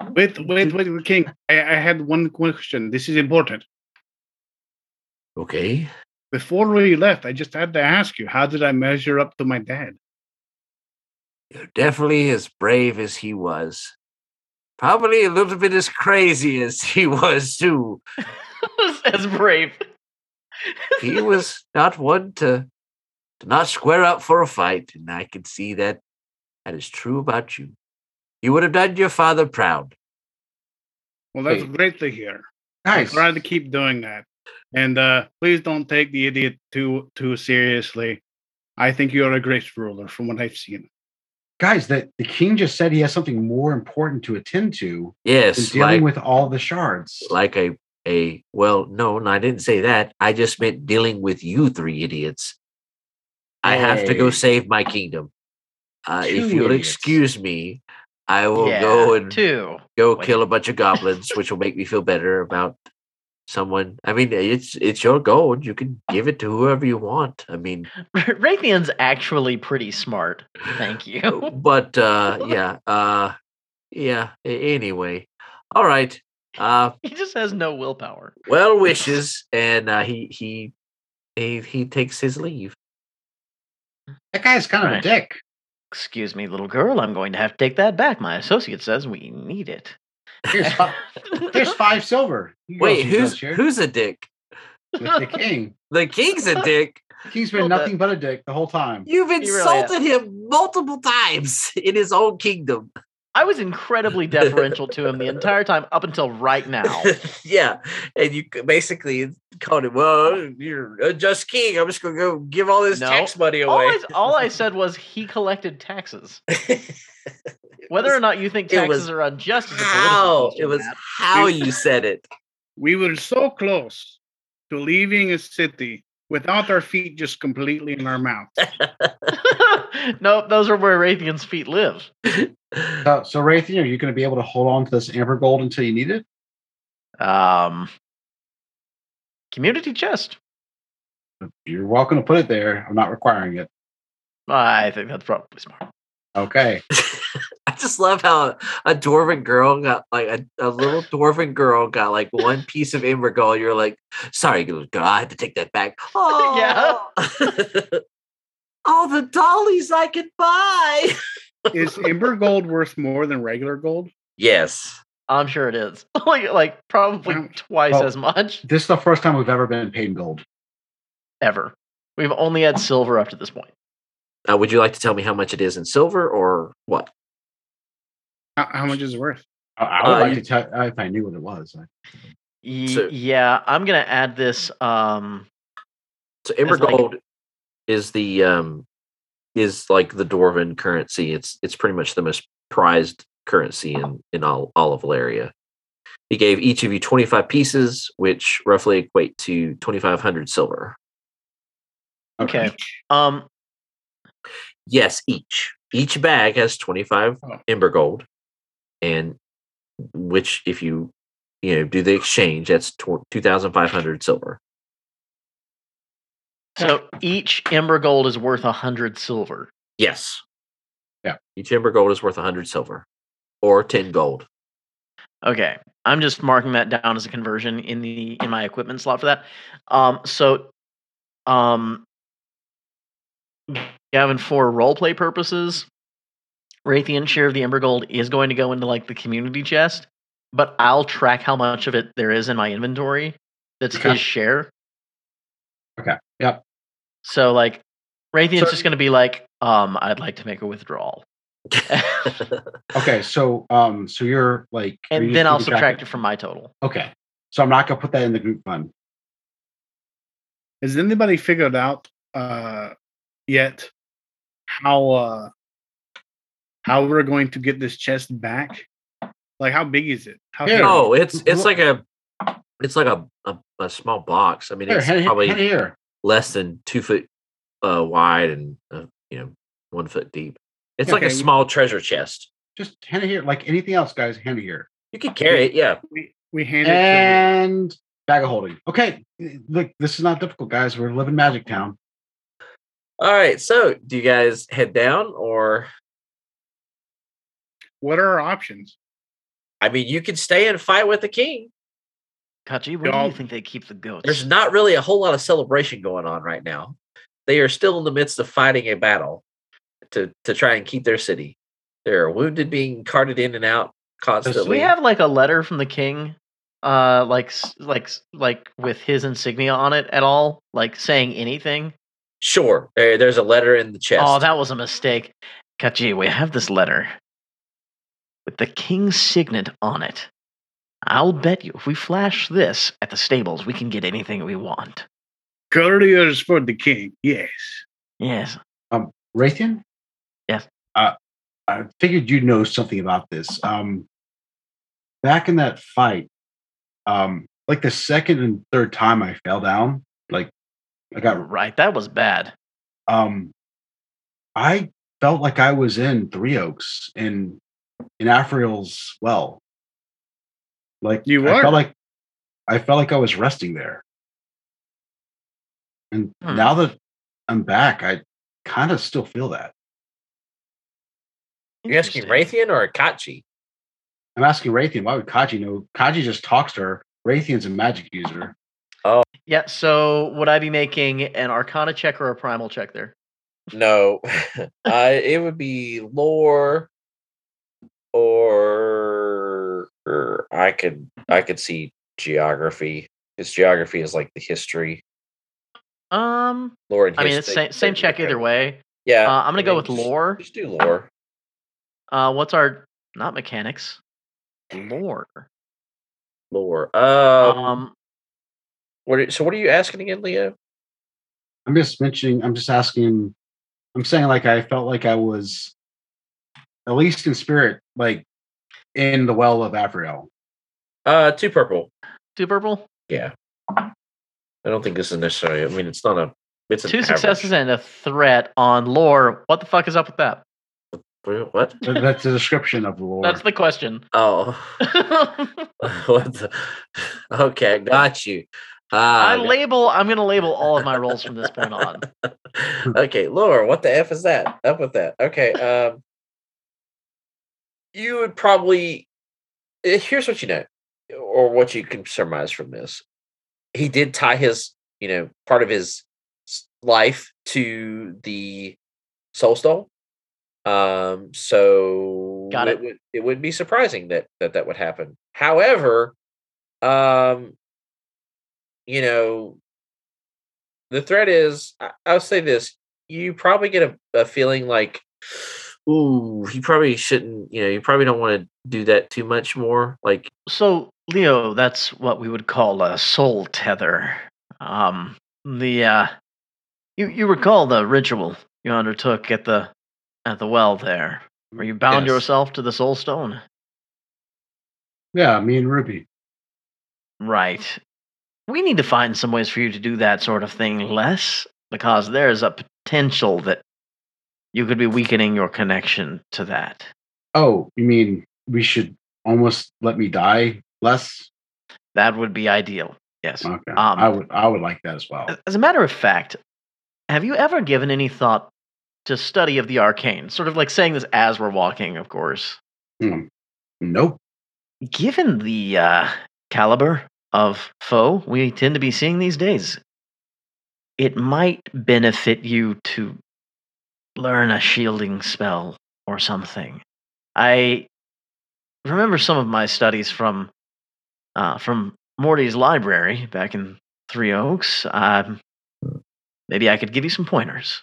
[SPEAKER 4] Wait, wait, wait, wait, King. I, I had one question. This is important.
[SPEAKER 1] Okay.
[SPEAKER 4] Before we left, I just had to ask you, how did I measure up to my dad?
[SPEAKER 1] You're definitely as brave as he was. Probably a little bit as crazy as he was, too.
[SPEAKER 3] As brave.
[SPEAKER 1] He was not one to, to not square up for a fight, and I can see that that is true about you. You would have done your father proud.
[SPEAKER 4] Well, that's
[SPEAKER 2] Wait.
[SPEAKER 4] great to hear.
[SPEAKER 2] Nice.
[SPEAKER 4] Try to keep doing that. And uh, please don't take the idiot too too seriously. I think you're a great ruler from what I've seen.
[SPEAKER 2] Guys, that the king just said he has something more important to attend to than
[SPEAKER 1] Yes,
[SPEAKER 2] dealing
[SPEAKER 1] like
[SPEAKER 2] with all the shards.
[SPEAKER 1] like a a well, no, no, I didn't say that. I just meant dealing with you three idiots. I have to go
[SPEAKER 2] Hey.
[SPEAKER 1] save my kingdom. Uh, if
[SPEAKER 2] Two
[SPEAKER 1] you'll
[SPEAKER 2] idiots.
[SPEAKER 1] excuse me, I will go Oh, and
[SPEAKER 3] too.
[SPEAKER 1] go
[SPEAKER 3] Wait.
[SPEAKER 1] kill a bunch of goblins, which will make me feel better about someone. I mean, it's it's your gold. You can give it to whoever you want. I mean,
[SPEAKER 3] Raytheon's actually pretty smart. Thank you.
[SPEAKER 1] but uh, yeah, uh, yeah. a- Anyway, all right. Uh,
[SPEAKER 3] he just has no willpower.
[SPEAKER 1] well wishes, and uh, he he he he takes his leave.
[SPEAKER 2] That guy's kind of
[SPEAKER 3] Right.
[SPEAKER 2] a dick.
[SPEAKER 3] Excuse me, little girl. I'm going to have to take that back. My associate says we need it.
[SPEAKER 2] Here's five, here's five silver. You go
[SPEAKER 1] Wait,
[SPEAKER 2] see
[SPEAKER 1] who's
[SPEAKER 2] Judge Jared.
[SPEAKER 1] who's a dick?
[SPEAKER 2] With the king?
[SPEAKER 1] The king's a dick.
[SPEAKER 2] The king's
[SPEAKER 3] Well,
[SPEAKER 2] been
[SPEAKER 3] that-
[SPEAKER 2] nothing but a dick the whole time.
[SPEAKER 1] You've
[SPEAKER 3] really has.
[SPEAKER 1] insulted him multiple times in his own kingdom.
[SPEAKER 3] I was incredibly deferential to him the entire time up until right now.
[SPEAKER 1] yeah, and you c- basically called him. Well, Oh, you're a Uh, just king. I'm just gonna go give all this
[SPEAKER 3] No.
[SPEAKER 1] tax money
[SPEAKER 3] All
[SPEAKER 1] away.
[SPEAKER 3] I, all I said was he collected taxes. Whether or not you think
[SPEAKER 1] it was
[SPEAKER 3] taxes are unjust is a political
[SPEAKER 1] how
[SPEAKER 3] question,
[SPEAKER 1] it was
[SPEAKER 3] Matt.
[SPEAKER 1] how you said it.
[SPEAKER 4] We were so close to leaving a city without our feet just completely in our mouth.
[SPEAKER 3] nope, those are where Raytheon's feet live.
[SPEAKER 2] So, so Raytheon, are you going to be able to hold on to this amber gold until you need it?
[SPEAKER 3] Um, community chest.
[SPEAKER 2] You're welcome to put it there. I'm not requiring it.
[SPEAKER 3] I think that's probably smart.
[SPEAKER 2] Okay.
[SPEAKER 1] I just love how a dwarven girl got like a, a little dwarven girl got like one piece of Imbergol. You're like, sorry, little girl, I had to take that back.
[SPEAKER 3] Yeah.
[SPEAKER 1] Oh, all the dollies I could buy.
[SPEAKER 4] Is Ember Gold worth more than regular gold?
[SPEAKER 1] Yes.
[SPEAKER 3] I'm sure it is. like, like probably
[SPEAKER 4] Wow.
[SPEAKER 3] twice
[SPEAKER 2] Well-
[SPEAKER 3] as much
[SPEAKER 2] This is the first time we've ever been paid in gold.
[SPEAKER 3] ever. We've only had silver up to this point.
[SPEAKER 1] Uh, would you like to tell me how much it is in silver or what?
[SPEAKER 4] How, how much is it worth?
[SPEAKER 2] I, I would
[SPEAKER 1] Uh,
[SPEAKER 2] like
[SPEAKER 1] you-
[SPEAKER 2] to tell if I knew what it was. I-
[SPEAKER 3] Y-
[SPEAKER 1] So-
[SPEAKER 3] yeah, I'm gonna add this. Um,
[SPEAKER 1] So
[SPEAKER 3] It's like-
[SPEAKER 1] Imbergold is the um is like the dwarven currency. It's it's pretty much the most prized currency in in all all of Valeria. He gave each of you 25 pieces, which roughly equate to 2500 silver.
[SPEAKER 3] okay. Um,
[SPEAKER 1] Yes, each. Each bag has 25
[SPEAKER 4] Oh.
[SPEAKER 1] ember gold and which if you you know do the exchange that's tw- 2500 silver.
[SPEAKER 3] so each ember gold is worth a hundred silver.
[SPEAKER 1] Yes.
[SPEAKER 2] Yeah.
[SPEAKER 1] Each ember gold is worth 100 silver or 10 gold.
[SPEAKER 3] Okay. I'm just marking that down as a conversion in the in my equipment slot for that. Um so um Gavin for roleplay purposes, Raytheon's share of the Ember Gold is going to go into like the community chest, but I'll track how much of it there is in my inventory that's
[SPEAKER 2] Okay.
[SPEAKER 3] his share.
[SPEAKER 2] Okay. Yep.
[SPEAKER 3] So like Raytheon's
[SPEAKER 2] So-
[SPEAKER 3] just gonna be like, um, I'd like to make a withdrawal.
[SPEAKER 2] Okay. So, um, so you're like, are you
[SPEAKER 3] and
[SPEAKER 2] just
[SPEAKER 3] then I'll
[SPEAKER 2] keeping track
[SPEAKER 3] subtract it
[SPEAKER 2] of-
[SPEAKER 3] from my total.
[SPEAKER 2] Okay. So I'm not going to put that in the group fund.
[SPEAKER 4] Has anybody figured out uh, yet how uh, how we're going to get this chest back? Like, how big is it? How
[SPEAKER 2] Here.
[SPEAKER 4] big-
[SPEAKER 1] Oh, it's it's like a it's like a a, a small box. I mean,
[SPEAKER 2] Here,
[SPEAKER 1] it's
[SPEAKER 2] hand,
[SPEAKER 1] probably
[SPEAKER 2] hand here.
[SPEAKER 1] less than two foot uh, wide and uh, you know one foot deep. It's like a
[SPEAKER 4] Okay.
[SPEAKER 1] small treasure chest.
[SPEAKER 2] Just hand it here. Like anything else, guys, hand it here.
[SPEAKER 1] You can carry it. Yeah,
[SPEAKER 4] we, we hand it
[SPEAKER 2] Eh.
[SPEAKER 4] to
[SPEAKER 2] And bag of holding. Okay. Look, this is not difficult, guys. We're living Magic Town.
[SPEAKER 1] All right. So, do you guys head down, or
[SPEAKER 4] what are our options?
[SPEAKER 1] I mean, you could stay and fight with the king.
[SPEAKER 3] Kachi, where do
[SPEAKER 4] Y'all-
[SPEAKER 3] you think they keep the goats?
[SPEAKER 1] There's not really a whole lot of celebration going on right now. They are still in the midst of fighting a battle to to try and keep their city. There are wounded being carted in and out
[SPEAKER 3] Do
[SPEAKER 1] constantly.
[SPEAKER 3] we have like a letter from the king, uh, like s- like s- like with his insignia on it at all, like saying anything?
[SPEAKER 1] sure, there- there's a letter in the chest.
[SPEAKER 3] Oh, that was a mistake. Kachi, we have this letter with the king's signet on it. I'll bet you if we flash this at the stables, we can get anything we want.
[SPEAKER 4] Couriers for the king. Yes.
[SPEAKER 3] Yes.
[SPEAKER 2] Raytheon?
[SPEAKER 3] Yes.
[SPEAKER 2] Uh, I figured you know something about this. Um, back in that fight, um, like the second and third time I fell down, like I got,
[SPEAKER 3] Right. That was bad.
[SPEAKER 2] um, I felt like I was in Three Oaks in in Afriel's well. Like
[SPEAKER 4] You
[SPEAKER 2] I
[SPEAKER 4] were.
[SPEAKER 2] felt like I felt like I was resting there. And
[SPEAKER 3] Hmm.
[SPEAKER 2] now that I'm back, I kind of still feel that.
[SPEAKER 1] you asking
[SPEAKER 3] Interesting.
[SPEAKER 1] Raytheon or Akachi?
[SPEAKER 2] I'm asking Raytheon, why would Kaji know? Kaji just talks to her. Raytheon's a magic user.
[SPEAKER 3] Yeah, so would I be making an arcana check or a primal check there?
[SPEAKER 1] No, uh, it would be lore, or, or I could I could see geography. Because geography is like the history,
[SPEAKER 3] Um
[SPEAKER 1] lore. And
[SPEAKER 3] I mean it's
[SPEAKER 1] history-
[SPEAKER 3] same same check either way.
[SPEAKER 1] Yeah,
[SPEAKER 3] Uh, I'm gonna
[SPEAKER 1] I
[SPEAKER 3] go
[SPEAKER 1] mean,
[SPEAKER 3] with
[SPEAKER 1] just-
[SPEAKER 3] lore.
[SPEAKER 1] Just do lore.
[SPEAKER 3] Uh what's our not mechanics? Lore.
[SPEAKER 1] Lore. Uh,
[SPEAKER 3] Um
[SPEAKER 1] what? Are, so what are you asking again, Leo?
[SPEAKER 2] I'm just mentioning, I'm just asking, I'm saying like I felt like I was at least in spirit, like in the well of Afriel.
[SPEAKER 1] Uh, two purple.
[SPEAKER 3] two purple?
[SPEAKER 1] Yeah. I don't think this is necessary. I mean, it's not a. It's an
[SPEAKER 3] Two
[SPEAKER 1] average.
[SPEAKER 3] successes and a threat on lore. What the fuck is up with that?
[SPEAKER 1] Wait, What?
[SPEAKER 2] That- That's the description of the lore.
[SPEAKER 3] That's the question.
[SPEAKER 1] Oh, what the? Okay, got you. Uh,
[SPEAKER 3] I label I'm gonna label all of my rolls from this point on.
[SPEAKER 1] okay, Laura, what the f is that? Up with that. Okay, um, you would probably. eh, Here's what you know, or what you can surmise from this. He did tie his, you know, part of his s- life to the soul stone. Um, so
[SPEAKER 3] Got it.
[SPEAKER 1] Would, it would be surprising that that that would happen. However, um, you know, the threat is I, i'll say this you probably get a, a feeling like ooh you probably shouldn't you know you probably don't want to do that too much more like
[SPEAKER 3] So, Leo, that's what we would call a soul tether. Um, the uh, you you recall the ritual you undertook at the at the well there, where you bound
[SPEAKER 2] Yes.
[SPEAKER 3] yourself to the soul stone.
[SPEAKER 2] Yeah, me and Ruby.
[SPEAKER 3] Right. We need to find some ways for you to do that sort of thing less, because there's a potential that you could be weakening your connection to that.
[SPEAKER 2] Oh, you mean we should almost let me die less?
[SPEAKER 3] That would be ideal. Yes.
[SPEAKER 2] Okay.
[SPEAKER 3] Um, uh,
[SPEAKER 2] I would I would like that as well.
[SPEAKER 3] A- As a matter of fact, have you ever given any thought to study of the arcane? Sort of like saying this as we're walking, of course.
[SPEAKER 2] Nope.
[SPEAKER 3] Given the uh, caliber of foe we tend to be seeing these days, it might benefit you to learn a shielding spell or something. I remember some of my studies from uh, from Morty's library back in Three Oaks. Um, maybe I could give you some pointers.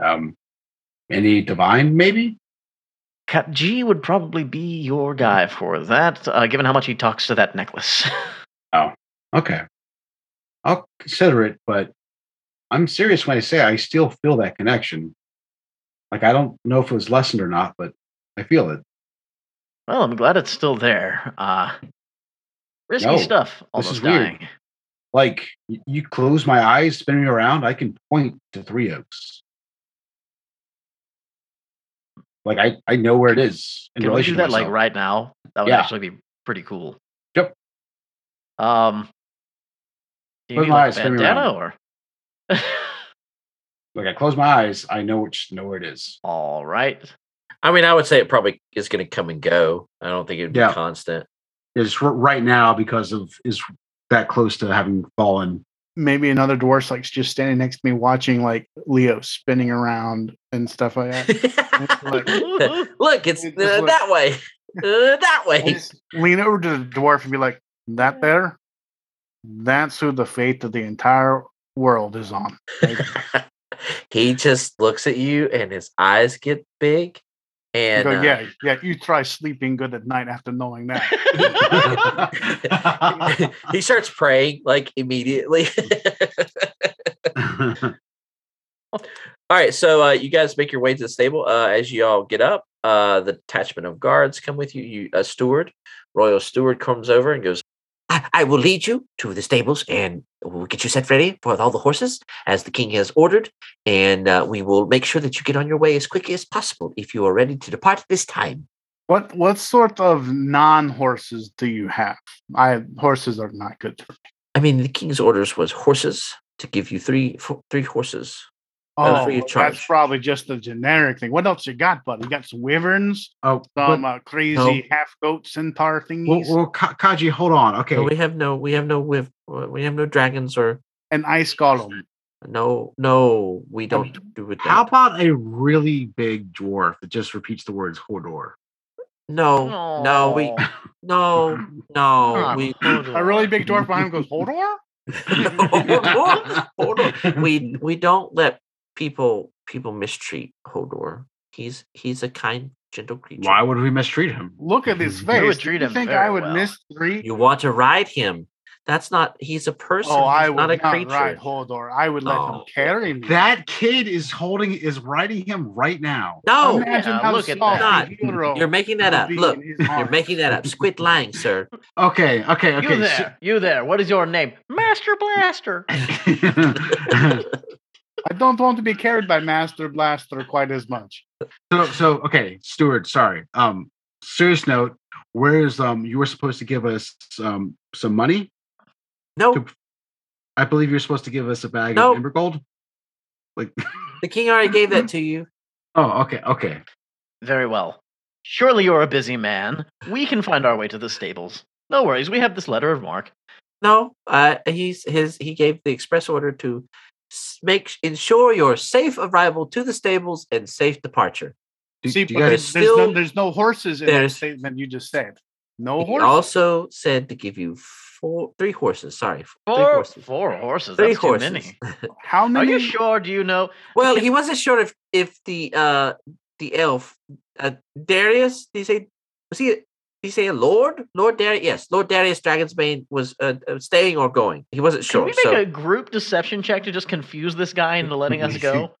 [SPEAKER 2] Um any divine, maybe?
[SPEAKER 3] Kat G would probably be your guy for that, uh, given how much he talks to that necklace.
[SPEAKER 2] Okay. I'll consider it, but I'm serious when I say I still feel that connection. Like I don't know if it was lessened or not, but I feel it.
[SPEAKER 3] Well, I'm glad it's still there. Uh, risky
[SPEAKER 2] No,
[SPEAKER 3] stuff. Almost
[SPEAKER 2] is weird.
[SPEAKER 3] dying.
[SPEAKER 2] Like y- you close my eyes, spin me around, I can point to Three Oaks. Like I, I know where it is. in
[SPEAKER 3] Can we do
[SPEAKER 2] relation to
[SPEAKER 3] that like
[SPEAKER 2] myself.
[SPEAKER 3] right now? That would
[SPEAKER 2] Yeah.
[SPEAKER 3] actually be pretty cool.
[SPEAKER 2] Yep.
[SPEAKER 3] Um. Do you
[SPEAKER 2] Close
[SPEAKER 3] need
[SPEAKER 2] my
[SPEAKER 3] like
[SPEAKER 2] eyes,
[SPEAKER 3] a
[SPEAKER 2] spin me
[SPEAKER 3] bandana or?
[SPEAKER 2] Like I close my eyes, I know which know where it is.
[SPEAKER 3] All right.
[SPEAKER 1] I mean, I would say it probably is going to come and go. I don't think it would be
[SPEAKER 2] Yeah.
[SPEAKER 1] constant.
[SPEAKER 2] It's r- right now because of is that close to having fallen.
[SPEAKER 4] Maybe another dwarf's like just standing next to me watching like Leo spinning around and stuff like that.
[SPEAKER 3] like-
[SPEAKER 1] Look, it's
[SPEAKER 4] It's
[SPEAKER 1] uh,
[SPEAKER 4] like-
[SPEAKER 1] that way. Uh, that
[SPEAKER 4] I
[SPEAKER 1] way.
[SPEAKER 4] just lean over to the dwarf and be like, "That there, that's who the fate of the entire world is on." Like,
[SPEAKER 1] he just looks at you and his eyes get big.
[SPEAKER 4] you
[SPEAKER 1] And
[SPEAKER 4] go,
[SPEAKER 1] uh,
[SPEAKER 4] yeah, yeah. You try sleeping good at night after knowing that.
[SPEAKER 1] he starts praying like immediately.
[SPEAKER 4] Mm.
[SPEAKER 1] all right, so uh, you guys make your way to the stable. Uh, as you all get up, uh, the detachment of guards come with you. You a steward, royal steward, comes over and goes. I, I will lead you to the stables, and we'll get you set ready for all the horses as the king has ordered. And uh, we will make sure that you get on your way as quickly as possible if you are ready to depart this time.
[SPEAKER 4] What what sort of non horses do you have? I horses are not good. For me.
[SPEAKER 1] I mean, the king's orders was horses to give you three fo- three horses. Those
[SPEAKER 4] Oh,
[SPEAKER 1] were your
[SPEAKER 4] well, that's
[SPEAKER 1] charge.
[SPEAKER 4] probably just a generic thing. What else you got, buddy? You got some wyverns,
[SPEAKER 2] oh,
[SPEAKER 4] some
[SPEAKER 2] but,
[SPEAKER 4] uh, crazy half goat centaur thingies,
[SPEAKER 2] well, well, Ka- Kaji, hold on. Okay,
[SPEAKER 1] No, we have no, we have no, whiff- uh, we have no dragons or
[SPEAKER 4] an ice golem.
[SPEAKER 1] no, no, we don't do it.
[SPEAKER 2] how
[SPEAKER 1] That.
[SPEAKER 2] about a really big dwarf that just repeats the words Hodor?
[SPEAKER 1] No, no, we, no, no,
[SPEAKER 4] Come
[SPEAKER 1] we,
[SPEAKER 4] A really big dwarf behind him goes, Hodor?
[SPEAKER 1] no, Hodor. we, we don't let people people mistreat Hodor. He's he's a kind, gentle creature.
[SPEAKER 2] Why would we mistreat him?
[SPEAKER 4] Look at his
[SPEAKER 2] You
[SPEAKER 4] face.
[SPEAKER 3] would
[SPEAKER 4] Do
[SPEAKER 3] treat
[SPEAKER 4] you
[SPEAKER 3] him
[SPEAKER 4] think
[SPEAKER 3] very
[SPEAKER 4] I would
[SPEAKER 3] well.
[SPEAKER 4] miss three?
[SPEAKER 1] you want to ride him? That's not. He's a person.
[SPEAKER 4] oh, I
[SPEAKER 1] he's
[SPEAKER 4] would
[SPEAKER 1] not
[SPEAKER 4] not
[SPEAKER 1] a creature.
[SPEAKER 4] ride Hodor. I would let him
[SPEAKER 1] Oh.
[SPEAKER 4] carry me.
[SPEAKER 2] That kid is holding is riding him right now.
[SPEAKER 1] No,
[SPEAKER 4] Imagine
[SPEAKER 3] Yeah,
[SPEAKER 4] how
[SPEAKER 3] look at
[SPEAKER 4] soft
[SPEAKER 1] that.
[SPEAKER 4] his hero
[SPEAKER 1] you're making that
[SPEAKER 4] would
[SPEAKER 1] up.
[SPEAKER 4] be
[SPEAKER 1] Look,
[SPEAKER 4] in his
[SPEAKER 1] you're
[SPEAKER 4] arms.
[SPEAKER 1] making that up. Squid lying, sir.
[SPEAKER 2] Okay, okay, okay.
[SPEAKER 3] you there. you there. What is your name? Master Blaster.
[SPEAKER 2] so-
[SPEAKER 4] I don't want to be carried by Master Blaster quite as much.
[SPEAKER 2] so, so okay, Stuart, sorry. Um serious note, where's um you were supposed to give us um some money?
[SPEAKER 1] No,
[SPEAKER 2] To- I believe you're supposed to give us a bag
[SPEAKER 1] No.
[SPEAKER 2] of amber gold. Like
[SPEAKER 1] the king already gave that to you.
[SPEAKER 2] oh okay, okay.
[SPEAKER 3] Very well. Surely you're a busy man. We can find our way to the stables. No worries. We have this letter of mark.
[SPEAKER 1] No, uh, he's his. He gave the express order to s- make ensure your safe arrival to the stables and safe departure.
[SPEAKER 2] Do,
[SPEAKER 4] See,
[SPEAKER 2] do
[SPEAKER 4] but
[SPEAKER 2] you
[SPEAKER 4] there-
[SPEAKER 2] guys
[SPEAKER 4] there's,
[SPEAKER 1] still-
[SPEAKER 4] no, there's no horses in that
[SPEAKER 1] there's-
[SPEAKER 4] statement you just said. No
[SPEAKER 1] he
[SPEAKER 4] horses.
[SPEAKER 1] also said to give you four, three horses. Sorry, f- three
[SPEAKER 3] Four,
[SPEAKER 1] horses.
[SPEAKER 3] four horses.
[SPEAKER 1] Three
[SPEAKER 3] That's
[SPEAKER 1] horses.
[SPEAKER 3] too many.
[SPEAKER 4] How
[SPEAKER 3] Are
[SPEAKER 4] many?
[SPEAKER 3] you sure? Do you know?
[SPEAKER 1] Well, he wasn't sure if if the uh the elf uh, Darius. Did he say was he? Did he say a lord? Lord Darius? Yes, Lord Darius Dragonsbane was uh, uh, staying or going. He wasn't
[SPEAKER 3] Can
[SPEAKER 1] sure.
[SPEAKER 3] we make
[SPEAKER 1] so
[SPEAKER 3] a group deception check to just confuse this guy into letting us go?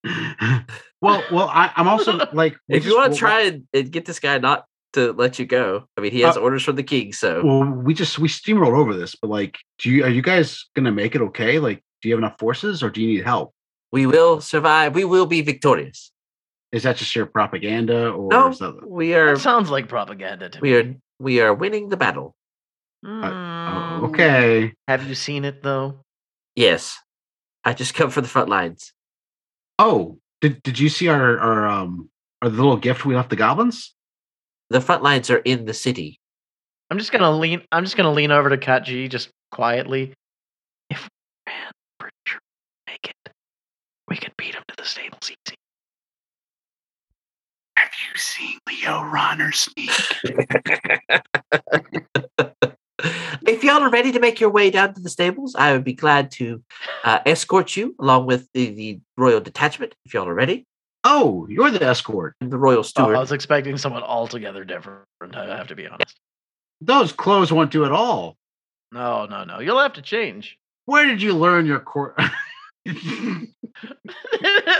[SPEAKER 2] well well I, I'm also like we
[SPEAKER 1] if you
[SPEAKER 2] just-
[SPEAKER 1] want
[SPEAKER 2] well,
[SPEAKER 1] to try and, and get this guy not to let you go, I mean, he has
[SPEAKER 2] Uh,
[SPEAKER 1] orders from the king. So
[SPEAKER 2] well we just we steamrolled over this, but like do you are you guys gonna make it okay? Like do you have enough forces or do you need help?
[SPEAKER 1] we will survive. We will be victorious.
[SPEAKER 2] Is that just your propaganda or
[SPEAKER 1] No,
[SPEAKER 2] is that
[SPEAKER 1] we are.
[SPEAKER 3] That sounds like propaganda to me.
[SPEAKER 1] We are. We are winning the battle. Uh,
[SPEAKER 2] Oh,
[SPEAKER 3] Mm.
[SPEAKER 2] okay.
[SPEAKER 3] Uh, Have you seen it though?
[SPEAKER 1] Yes, I just come from the front lines.
[SPEAKER 2] Oh, did did you see our our um our little gift we left the goblins?
[SPEAKER 1] The front lines are in the city.
[SPEAKER 3] I'm just gonna lean. I'm just gonna lean over to Kat G just quietly. If man, pretty sure we make it, we can beat him to the stables easy.
[SPEAKER 4] Have you seen Leo run or sneak?
[SPEAKER 1] If y'all are ready to make your way down to the stables, I would be glad to uh, escort you along with the, the royal detachment. If y'all are ready,
[SPEAKER 2] Oh, you're the escort.
[SPEAKER 1] and the royal
[SPEAKER 3] Oh,
[SPEAKER 1] steward.
[SPEAKER 3] I was expecting someone altogether different. I have to be honest.
[SPEAKER 2] Those clothes won't do at all.
[SPEAKER 3] No, no, no. You'll have to change.
[SPEAKER 2] Where did you learn your court?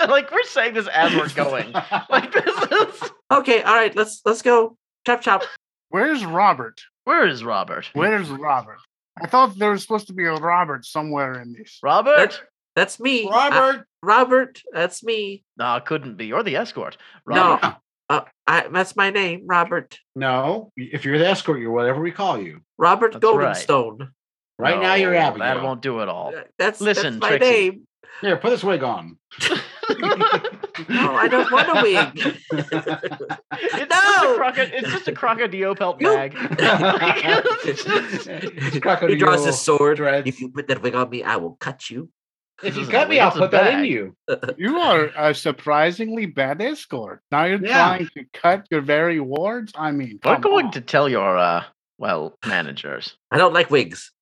[SPEAKER 3] like we're saying this as we're going. Like this is
[SPEAKER 1] Okay, all right, let's let's go. Chop chop.
[SPEAKER 4] Where's Robert?
[SPEAKER 3] where is
[SPEAKER 1] Hmm.
[SPEAKER 3] Robert?
[SPEAKER 4] Where's Robert? I thought there was supposed to be a Robert somewhere in this.
[SPEAKER 3] Robert?
[SPEAKER 1] That's me. I-
[SPEAKER 6] Robert,
[SPEAKER 1] Robert, that's me.
[SPEAKER 3] Nah, couldn't be. Or the escort.
[SPEAKER 1] No.
[SPEAKER 3] Robert.
[SPEAKER 1] Uh, I, that's my name, Robert.
[SPEAKER 2] No, if you're the escort, you're whatever we call you.
[SPEAKER 1] Robert
[SPEAKER 3] That's right.
[SPEAKER 1] Goldenstone.
[SPEAKER 2] Right now, you're
[SPEAKER 3] No,
[SPEAKER 2] Abigail.
[SPEAKER 3] That won't do it all.
[SPEAKER 1] Uh, That's
[SPEAKER 3] Listen,
[SPEAKER 1] that's my
[SPEAKER 3] Trixie.
[SPEAKER 1] name.
[SPEAKER 2] Here, put this wig on.
[SPEAKER 1] No, I don't want a wig.
[SPEAKER 3] It's just
[SPEAKER 1] No!
[SPEAKER 3] a croco- it's just a crocodile pelt
[SPEAKER 1] You-
[SPEAKER 3] bag.
[SPEAKER 2] It's
[SPEAKER 1] he draws
[SPEAKER 2] crocodile
[SPEAKER 1] his sword.
[SPEAKER 2] dreads.
[SPEAKER 1] If you put that wig on me, I will cut you.
[SPEAKER 2] If you
[SPEAKER 3] This
[SPEAKER 2] cut
[SPEAKER 3] is
[SPEAKER 2] me,
[SPEAKER 3] a
[SPEAKER 2] I'll
[SPEAKER 3] wig,
[SPEAKER 2] put
[SPEAKER 3] it's a
[SPEAKER 2] that in
[SPEAKER 3] bag.
[SPEAKER 2] you.
[SPEAKER 4] You are a surprisingly bad escort. Now you're
[SPEAKER 2] Yeah.
[SPEAKER 4] trying to cut your very wards. I mean,
[SPEAKER 3] We're
[SPEAKER 4] come
[SPEAKER 3] going
[SPEAKER 4] on.
[SPEAKER 3] to tell your uh well managers.
[SPEAKER 1] I don't like wigs.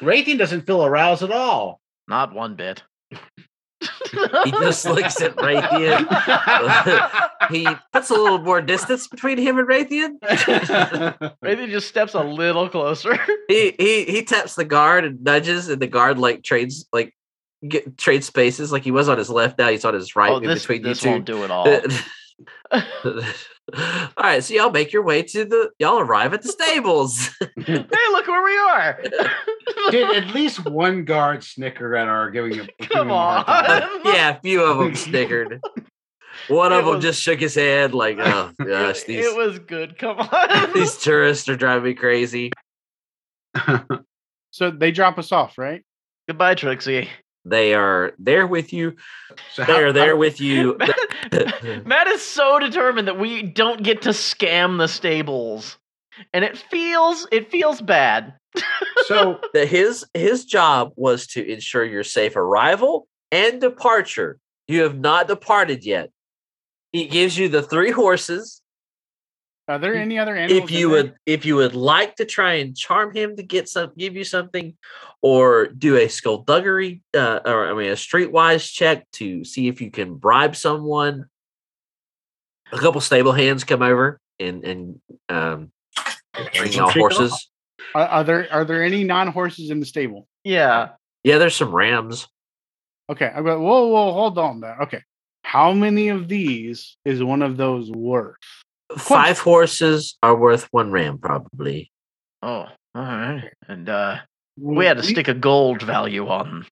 [SPEAKER 2] Rating doesn't feel aroused at all.
[SPEAKER 3] Not one bit.
[SPEAKER 1] He just looks at Raytheon. He puts a little more distance between him and Raytheon.
[SPEAKER 3] Maybe just steps a little closer.
[SPEAKER 1] he he he taps the guard and nudges, and the guard like trades like get, trades spaces. Like he was on his left, now he's on his right
[SPEAKER 3] oh,
[SPEAKER 1] in
[SPEAKER 3] this,
[SPEAKER 1] between you
[SPEAKER 3] this
[SPEAKER 1] 2
[SPEAKER 3] won't do it all.
[SPEAKER 1] all right, so y'all make your way to the y'all arrive at the stables.
[SPEAKER 3] hey, look where we are.
[SPEAKER 2] Did at least one guard snicker at our giving him? giving him
[SPEAKER 3] Come
[SPEAKER 2] a hard time?
[SPEAKER 3] on.
[SPEAKER 1] yeah, a few of them snickered. One of
[SPEAKER 3] It
[SPEAKER 1] them
[SPEAKER 3] was-
[SPEAKER 1] just shook his head, like, "Oh gosh,
[SPEAKER 3] it,
[SPEAKER 1] these
[SPEAKER 3] it was good. Come on.
[SPEAKER 1] these tourists are driving me crazy."
[SPEAKER 4] So they drop us off, right?
[SPEAKER 3] Goodbye, Trixie.
[SPEAKER 1] They are there with you.
[SPEAKER 2] So
[SPEAKER 1] They
[SPEAKER 2] how-
[SPEAKER 1] are there with you.
[SPEAKER 3] Matt, Matt is so determined that we don't get to scam the stables. And it feels it feels bad.
[SPEAKER 2] So
[SPEAKER 1] that his his job was to ensure your safe arrival and departure. You have not departed yet. He gives you the three horses.
[SPEAKER 4] Are there any other animals?
[SPEAKER 1] If
[SPEAKER 4] in
[SPEAKER 1] you
[SPEAKER 4] there?
[SPEAKER 1] would if you would like to try and charm him to get some give you something or do a skullduggery uh, or I mean a streetwise check to see if you can bribe someone. A couple stable hands come over and and um bring y'all
[SPEAKER 2] Take it
[SPEAKER 1] horses.
[SPEAKER 4] Are, are there are there any non horses in the stable?
[SPEAKER 3] Yeah.
[SPEAKER 1] Yeah, there's some rams.
[SPEAKER 4] Okay, I go. Whoa, whoa, hold on there. Okay, how many of these is one of those worth?
[SPEAKER 1] Five horses are worth one ram, probably.
[SPEAKER 3] Oh, all right. And uh we had to stick a gold value on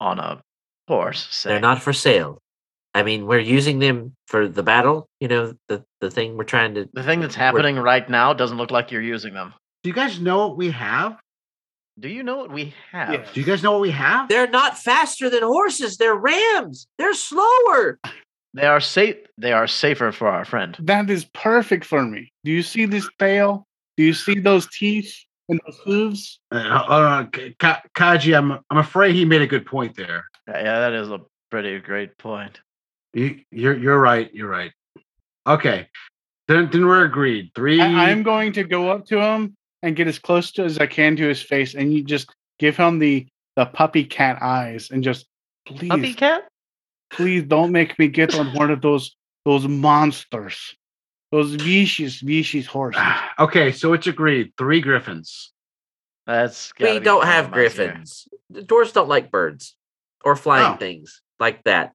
[SPEAKER 3] on a horse. So.
[SPEAKER 1] They're not for sale. I mean, we're using them for the battle. You know, the the thing we're trying to.
[SPEAKER 3] the thing that's happening right now doesn't look like you're using them.
[SPEAKER 2] do you guys know what we have?
[SPEAKER 3] Do you know what we have?
[SPEAKER 4] Yeah.
[SPEAKER 2] Do you guys know what we have?
[SPEAKER 1] They're not faster than horses. They're rams. They're slower.
[SPEAKER 3] They are safe. They are safer for our friend.
[SPEAKER 4] That is perfect for me. Do you see this tail? Do you see those teeth and those hooves?
[SPEAKER 2] Uh, uh, K- Ka- Kaji, I'm I'm afraid he made a good point there.
[SPEAKER 3] Yeah, yeah, that is a pretty great point.
[SPEAKER 2] You, you're you're right. You're right. Okay, then then we're agreed. Three.
[SPEAKER 4] I, I'm going to go up to him and get as close to as I can to his face, and you just give him the the puppy cat eyes, and just please,
[SPEAKER 3] Puppy cat?
[SPEAKER 4] please don't make me get on one of those those monsters, those vicious, vicious horses.
[SPEAKER 3] Ah.
[SPEAKER 2] okay, so it's agreed. Three griffins.
[SPEAKER 3] That's
[SPEAKER 1] We
[SPEAKER 3] gotta be
[SPEAKER 1] don't
[SPEAKER 3] one of
[SPEAKER 1] have
[SPEAKER 3] them out here.
[SPEAKER 1] griffins. The dwarves don't like birds or flying
[SPEAKER 2] Oh.
[SPEAKER 1] things like that.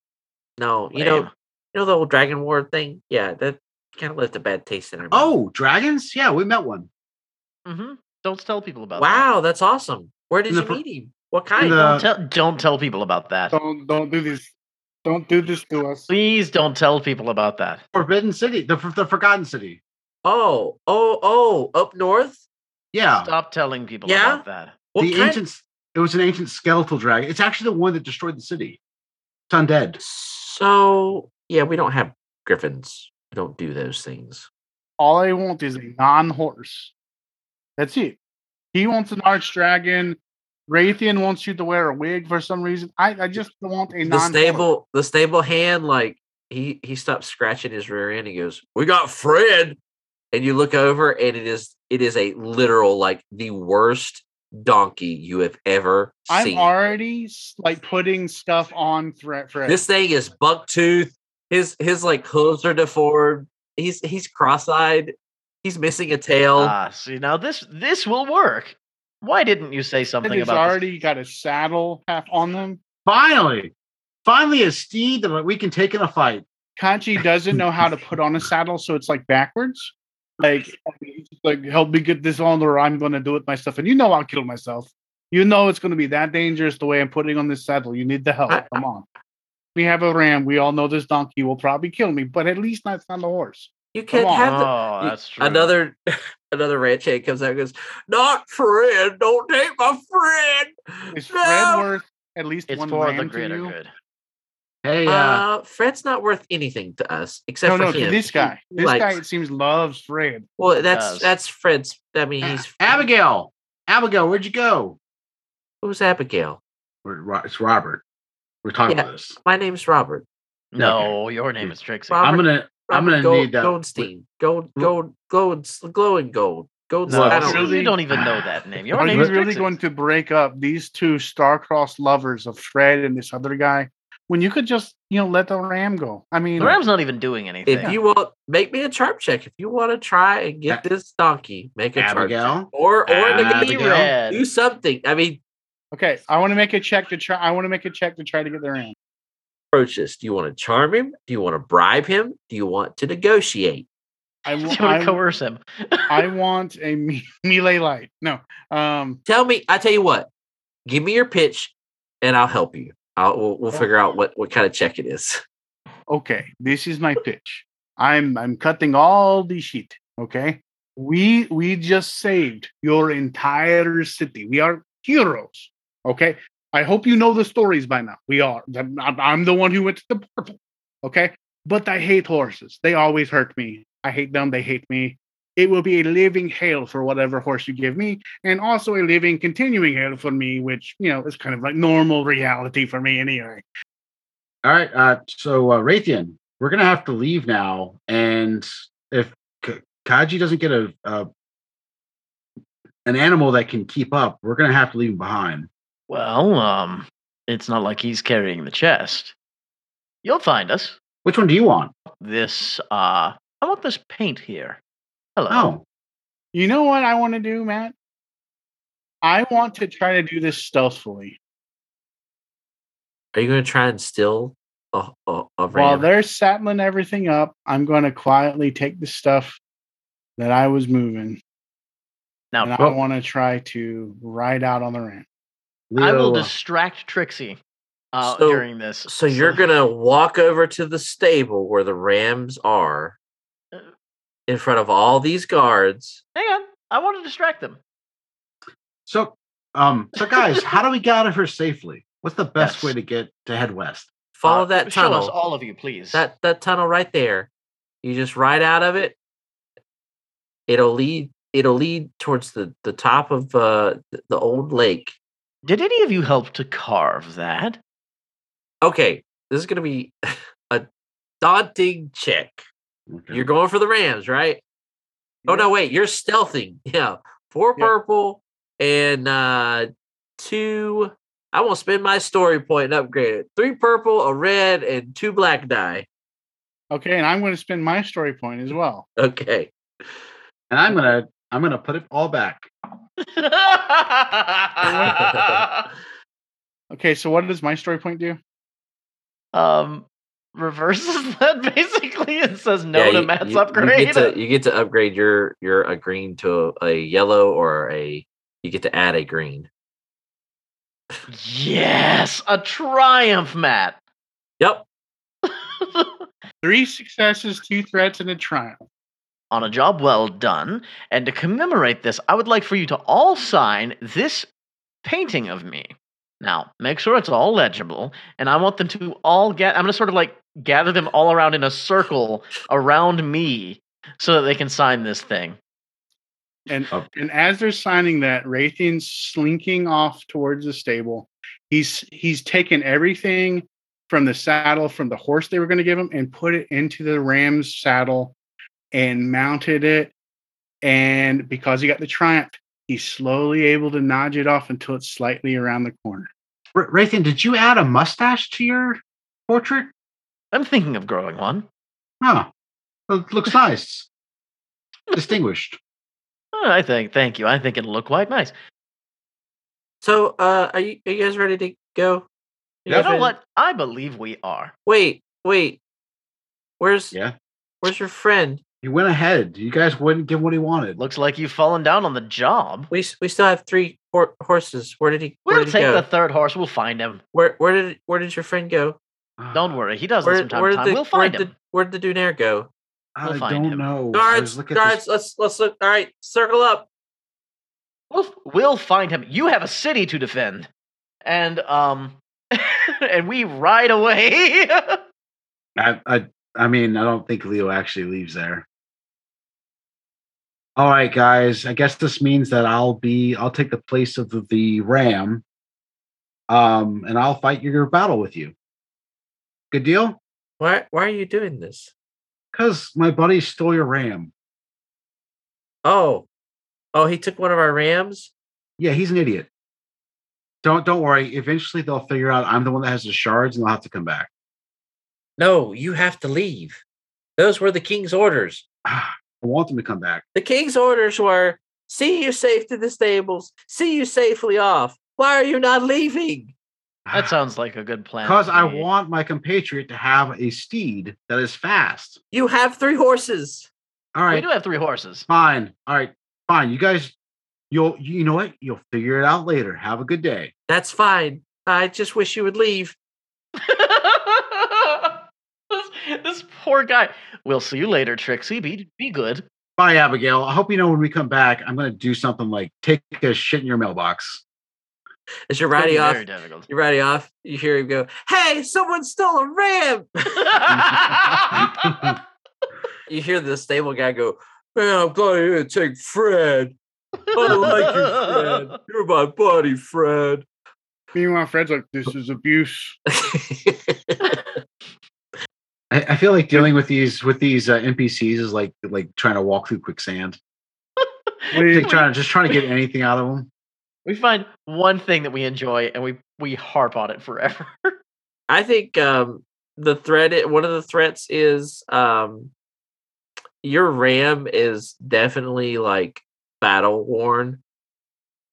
[SPEAKER 1] No, you know, you
[SPEAKER 3] Lame.
[SPEAKER 1] know the old dragon war thing. Yeah, that kind of left a bad taste in our mouth.
[SPEAKER 2] Oh, dragons. Yeah, we met one.
[SPEAKER 3] Mhm. Don't tell people about that.
[SPEAKER 1] mm-hmm. wow, that's awesome. Where did
[SPEAKER 2] In the
[SPEAKER 1] you
[SPEAKER 2] fir-
[SPEAKER 1] meet him? What kind?
[SPEAKER 2] the-
[SPEAKER 3] Don't tell, don't tell people about that.
[SPEAKER 4] Uh, Don't don't do this. Don't do this to us.
[SPEAKER 3] Please don't tell people about that.
[SPEAKER 2] Forbidden City, the the Forgotten City.
[SPEAKER 1] oh, oh, oh, up north.
[SPEAKER 2] Yeah,
[SPEAKER 3] Stop telling people
[SPEAKER 1] Yeah?
[SPEAKER 3] about that.
[SPEAKER 1] What
[SPEAKER 2] the
[SPEAKER 1] kind?
[SPEAKER 2] ancient. It was an ancient skeletal dragon. It's actually the one that destroyed the city. It's undead.
[SPEAKER 1] So yeah, we don't have griffins. We don't do those things.
[SPEAKER 4] All I want is a non-horse. That's it. He wants an archdragon. Raytheon wants you to wear a wig for some reason. I, I just want a
[SPEAKER 1] The
[SPEAKER 4] non
[SPEAKER 1] stable, the stable hand, like he he stops scratching his rear end. He goes, "We got Fred," and you look over, and it is it is a literal like the worst donkey you have ever
[SPEAKER 4] I'm
[SPEAKER 1] seen.
[SPEAKER 4] already s- like putting stuff on threat for
[SPEAKER 1] This thing is buck tooth. His his like hooves are deformed. He's he's cross eyed. He's missing a tail.
[SPEAKER 3] Ah, see now this this will work. Why didn't you say something
[SPEAKER 4] He's
[SPEAKER 3] about this?
[SPEAKER 4] already got a saddle half on them.
[SPEAKER 2] Finally,
[SPEAKER 5] Finally, a steed that we can take in a fight.
[SPEAKER 4] Kachi doesn't know how to put on a saddle, so it's like backwards. Like, he's just like help me get this on, or I'm gonna do it myself. And you know I'll kill myself. You know it's gonna be that dangerous the way I'm putting on this saddle. You need the help.
[SPEAKER 1] I-
[SPEAKER 4] Come on. We have a ram. We all know this donkey will probably kill me, but at least that's not a horse.
[SPEAKER 1] You can't
[SPEAKER 4] on.
[SPEAKER 1] have the,
[SPEAKER 3] Oh,
[SPEAKER 1] you-
[SPEAKER 3] that's true.
[SPEAKER 1] another another ranch hand comes out and goes, Not Fred, don't take my friend.
[SPEAKER 4] Is
[SPEAKER 1] no.
[SPEAKER 4] Fred worth at least
[SPEAKER 3] It's
[SPEAKER 4] one
[SPEAKER 3] for
[SPEAKER 4] ram
[SPEAKER 3] the
[SPEAKER 4] to
[SPEAKER 3] greater
[SPEAKER 4] you?
[SPEAKER 3] good.
[SPEAKER 5] Hey, uh,
[SPEAKER 1] uh, Fred's not worth anything to us except
[SPEAKER 4] No, no,
[SPEAKER 1] for
[SPEAKER 4] to
[SPEAKER 1] him.
[SPEAKER 4] this
[SPEAKER 1] He-
[SPEAKER 4] guy.
[SPEAKER 1] he
[SPEAKER 4] This
[SPEAKER 1] likes-
[SPEAKER 4] guy, it seems, loves Fred.
[SPEAKER 1] well, that's
[SPEAKER 3] does.
[SPEAKER 1] that's Fred's. I
[SPEAKER 4] Uh,
[SPEAKER 1] mean,
[SPEAKER 5] A-
[SPEAKER 1] he's
[SPEAKER 5] Abigail. Abigail, where'd you go?
[SPEAKER 1] Who's Abigail?
[SPEAKER 5] We're, Ro- it's Robert. We're talking
[SPEAKER 1] Yeah.
[SPEAKER 5] about this.
[SPEAKER 1] My name's Robert.
[SPEAKER 3] No, your name is Trixie.
[SPEAKER 1] Rob-
[SPEAKER 5] I'm gonna. I'm
[SPEAKER 1] Robert
[SPEAKER 5] gonna
[SPEAKER 1] Gold-
[SPEAKER 5] need uh, that.
[SPEAKER 1] Goldstein. Gold, gold, gold, glowing gold. Gold.
[SPEAKER 3] No,
[SPEAKER 1] I
[SPEAKER 4] Well,
[SPEAKER 1] don't
[SPEAKER 4] really-
[SPEAKER 3] you don't even know that name. Your
[SPEAKER 4] Are
[SPEAKER 3] name
[SPEAKER 4] you
[SPEAKER 3] is
[SPEAKER 4] really
[SPEAKER 3] Trixie.
[SPEAKER 4] going to break up these two star-crossed lovers of Fred and this other guy when you could just, you know, let the ram go? I mean,
[SPEAKER 3] The ram's not even doing anything.
[SPEAKER 1] If you want, make me a charm check. If you want to try and get this donkey, make a charm check.
[SPEAKER 5] Abigail.
[SPEAKER 1] Or or the
[SPEAKER 3] Be
[SPEAKER 1] game,
[SPEAKER 5] Abigail.
[SPEAKER 3] red.
[SPEAKER 1] do something. I mean,
[SPEAKER 4] okay, I want to make a check to try. I want to make a check to try to get the ram.
[SPEAKER 1] approach this. Do you want to charm him? Do you want to bribe him? Do you want to negotiate?
[SPEAKER 4] I,
[SPEAKER 3] You
[SPEAKER 4] w-
[SPEAKER 3] want to
[SPEAKER 4] I,
[SPEAKER 3] coerce him.
[SPEAKER 4] I want a me- melee light. No, um,
[SPEAKER 1] Tell me. I tell you what. Give me your pitch, and I'll help you. I'll, we'll, we'll figure out what what kind of check it is.
[SPEAKER 4] okay, this is my pitch. I'm I'm cutting all the shit. Okay, we we just saved your entire city. We are heroes. Okay, I hope you know the stories by now. We are. I'm, I'm the one who went to the purple. Okay, but I hate horses. They always hurt me. I hate them. They hate me. It will be a living hell for whatever horse you give me, and also a living continuing hell for me, which you know is kind of like normal reality for me anyway.
[SPEAKER 5] All right. Uh, so uh, Raytheon, we're gonna have to leave now, and if K- Kaji doesn't get a, a an animal that can keep up, we're gonna have to leave him behind.
[SPEAKER 3] Well, um, it's not like he's carrying the chest. You'll find us.
[SPEAKER 5] Which one do you want?
[SPEAKER 3] This, uh, I want this paint here. Hello.
[SPEAKER 5] Oh,
[SPEAKER 4] You know what I want to do, Matt? I want to try to do this stealthily.
[SPEAKER 1] Are you going to try and steal a a, a
[SPEAKER 4] While
[SPEAKER 1] ram?
[SPEAKER 4] they're saddling everything up, I'm going to quietly take the stuff that I was moving,
[SPEAKER 3] now,
[SPEAKER 4] and I
[SPEAKER 5] well-
[SPEAKER 4] want to try to ride out on the ramp.
[SPEAKER 3] I will
[SPEAKER 5] Leo, uh,
[SPEAKER 3] distract Trixie uh,
[SPEAKER 1] So-
[SPEAKER 3] during this.
[SPEAKER 1] so you're going to walk over to the stable where the rams are, in front of all these guards.
[SPEAKER 3] Hang on. I want to distract them.
[SPEAKER 5] So, um, so guys, how do we get out of here safely? What's the best
[SPEAKER 3] Yes.
[SPEAKER 5] way to get to head west?
[SPEAKER 1] Follow
[SPEAKER 3] Uh,
[SPEAKER 1] that
[SPEAKER 3] Show us
[SPEAKER 1] tunnel.
[SPEAKER 3] all of you, please.
[SPEAKER 1] that that tunnel right there. You just ride out of it. It'll lead. It'll lead towards the the top of uh, th- the old lake.
[SPEAKER 3] Did any of you help to carve that?
[SPEAKER 1] Okay, this is gonna be a daunting check.
[SPEAKER 5] Okay.
[SPEAKER 1] You're going for the Rams, right? Oh no, wait, you're stealthing. Yeah, four
[SPEAKER 4] Yeah.
[SPEAKER 1] purple and uh two. I won't spend my story point and upgrade it. Three purple, a red, and two black die.
[SPEAKER 4] Okay, and I'm going to spend my story point as well.
[SPEAKER 1] Okay.
[SPEAKER 5] and I'm gonna I'm gonna put it all back.
[SPEAKER 4] Okay, so what does my story point do?
[SPEAKER 3] um, reverses that basically and says no
[SPEAKER 1] Yeah,
[SPEAKER 3] to
[SPEAKER 1] you-
[SPEAKER 3] Matt's
[SPEAKER 1] you-
[SPEAKER 3] upgrade.
[SPEAKER 1] You get, to, you get to upgrade your your a green to a, a yellow or a you get to add a green.
[SPEAKER 3] yes, a triumph, Matt.
[SPEAKER 1] Yep.
[SPEAKER 4] Three successes, two threats, and a triumph.
[SPEAKER 3] on a job well done. And to commemorate this, I would like for you to all sign this painting of me. Now, make sure it's all legible, and I want them to all get. I'm going to sort of like gather them all around in a circle around me so that they can sign this thing.
[SPEAKER 4] And
[SPEAKER 5] Oh.
[SPEAKER 4] and as they're signing that, Raytheon's slinking off towards the stable. He's he's taken everything from the saddle from the horse they were going to give him and put it into the ram's saddle and mounted it. And because he got the triumph, he's slowly able to nudge it off until it's slightly around the corner.
[SPEAKER 5] R- Raytheon, did you add a mustache to your portrait?
[SPEAKER 3] I'm thinking of growing one.
[SPEAKER 5] Huh. It looks nice. Distinguished.
[SPEAKER 3] Oh, I think, thank you. I think it'll look quite nice.
[SPEAKER 1] So, uh, are you are you guys ready to go?
[SPEAKER 3] You know
[SPEAKER 1] Nothing.
[SPEAKER 3] what? I believe we are.
[SPEAKER 1] Wait, wait. Where's
[SPEAKER 2] Yeah.
[SPEAKER 1] where's your friend?
[SPEAKER 2] He went ahead. You guys wouldn't give him what he wanted.
[SPEAKER 3] Looks like you've fallen down on the job.
[SPEAKER 1] We s- we still have three hor- horses. Where did he? Where
[SPEAKER 3] We'll
[SPEAKER 1] did he
[SPEAKER 3] take
[SPEAKER 1] go?
[SPEAKER 3] the third horse. We'll find him.
[SPEAKER 1] where where did where did your friend go?
[SPEAKER 3] Don't worry. He does
[SPEAKER 1] Where,
[SPEAKER 3] this from time
[SPEAKER 1] where did
[SPEAKER 3] to time.
[SPEAKER 1] the,
[SPEAKER 3] we'll find
[SPEAKER 1] where did
[SPEAKER 3] him.
[SPEAKER 1] the, where did the Dunair go?
[SPEAKER 2] uh, I
[SPEAKER 3] We'll find
[SPEAKER 2] don't
[SPEAKER 3] him.
[SPEAKER 2] know. I was
[SPEAKER 1] Guards,
[SPEAKER 2] looking
[SPEAKER 1] guards, let's let's look. All right, circle up.
[SPEAKER 3] We'll, we'll find him. You have a city to defend. And um and we ride away.
[SPEAKER 2] At this, I, I, I mean, I don't think Leo actually leaves there. All right, guys. I guess this means that I'll be. I'll take the place of the, the ram. Um, and I'll fight your battle with you. Good deal.
[SPEAKER 1] Why why are you doing this?
[SPEAKER 2] Because my buddy stole your ram.
[SPEAKER 1] Oh, oh, he took one of our rams.
[SPEAKER 2] Yeah, he's an idiot. Don't don't worry. Eventually they'll figure out I'm the one that has the shards and they'll have to come back.
[SPEAKER 1] No, you have to leave. Those were the king's orders.
[SPEAKER 2] Ah, I want them to come back.
[SPEAKER 1] The king's orders were see you safe to the stables, see you safely off. Why are you not leaving?
[SPEAKER 3] that sounds like a good plan.
[SPEAKER 2] because
[SPEAKER 3] to
[SPEAKER 2] I
[SPEAKER 3] me.
[SPEAKER 2] want my compatriot to have a steed that is fast.
[SPEAKER 1] You have three horses.
[SPEAKER 2] All
[SPEAKER 3] We
[SPEAKER 2] right,
[SPEAKER 3] do have three horses.
[SPEAKER 2] fine. All right, fine. You guys, you'll you know what? You'll figure it out later. Have a good day.
[SPEAKER 1] That's fine. I just wish you would leave.
[SPEAKER 3] this, this poor guy. We'll see you later, Trixie. Be be good.
[SPEAKER 2] Bye, Abigail. I hope you know when we come back, I'm gonna do something like take a shit in your mailbox.
[SPEAKER 1] As you're
[SPEAKER 3] It's
[SPEAKER 1] riding off,
[SPEAKER 3] gonna be Very difficult.
[SPEAKER 1] you're riding off. You hear him go, "Hey, someone stole a ram!" you hear the stable guy go, Man, I'm glad you didn't take Fred. I like you, Fred. You're my buddy, Fred.
[SPEAKER 4] Meanwhile, Fred's like, "This is abuse."
[SPEAKER 2] I, I feel like dealing with these with these uh, NPCs is like like trying to walk through quicksand.
[SPEAKER 4] We-
[SPEAKER 2] Like trying to just trying to get anything out of them.
[SPEAKER 3] we find one thing that we enjoy and we we harp on it forever.
[SPEAKER 1] I think um, the threat, one of the threats is um, your RAM is definitely like battle worn.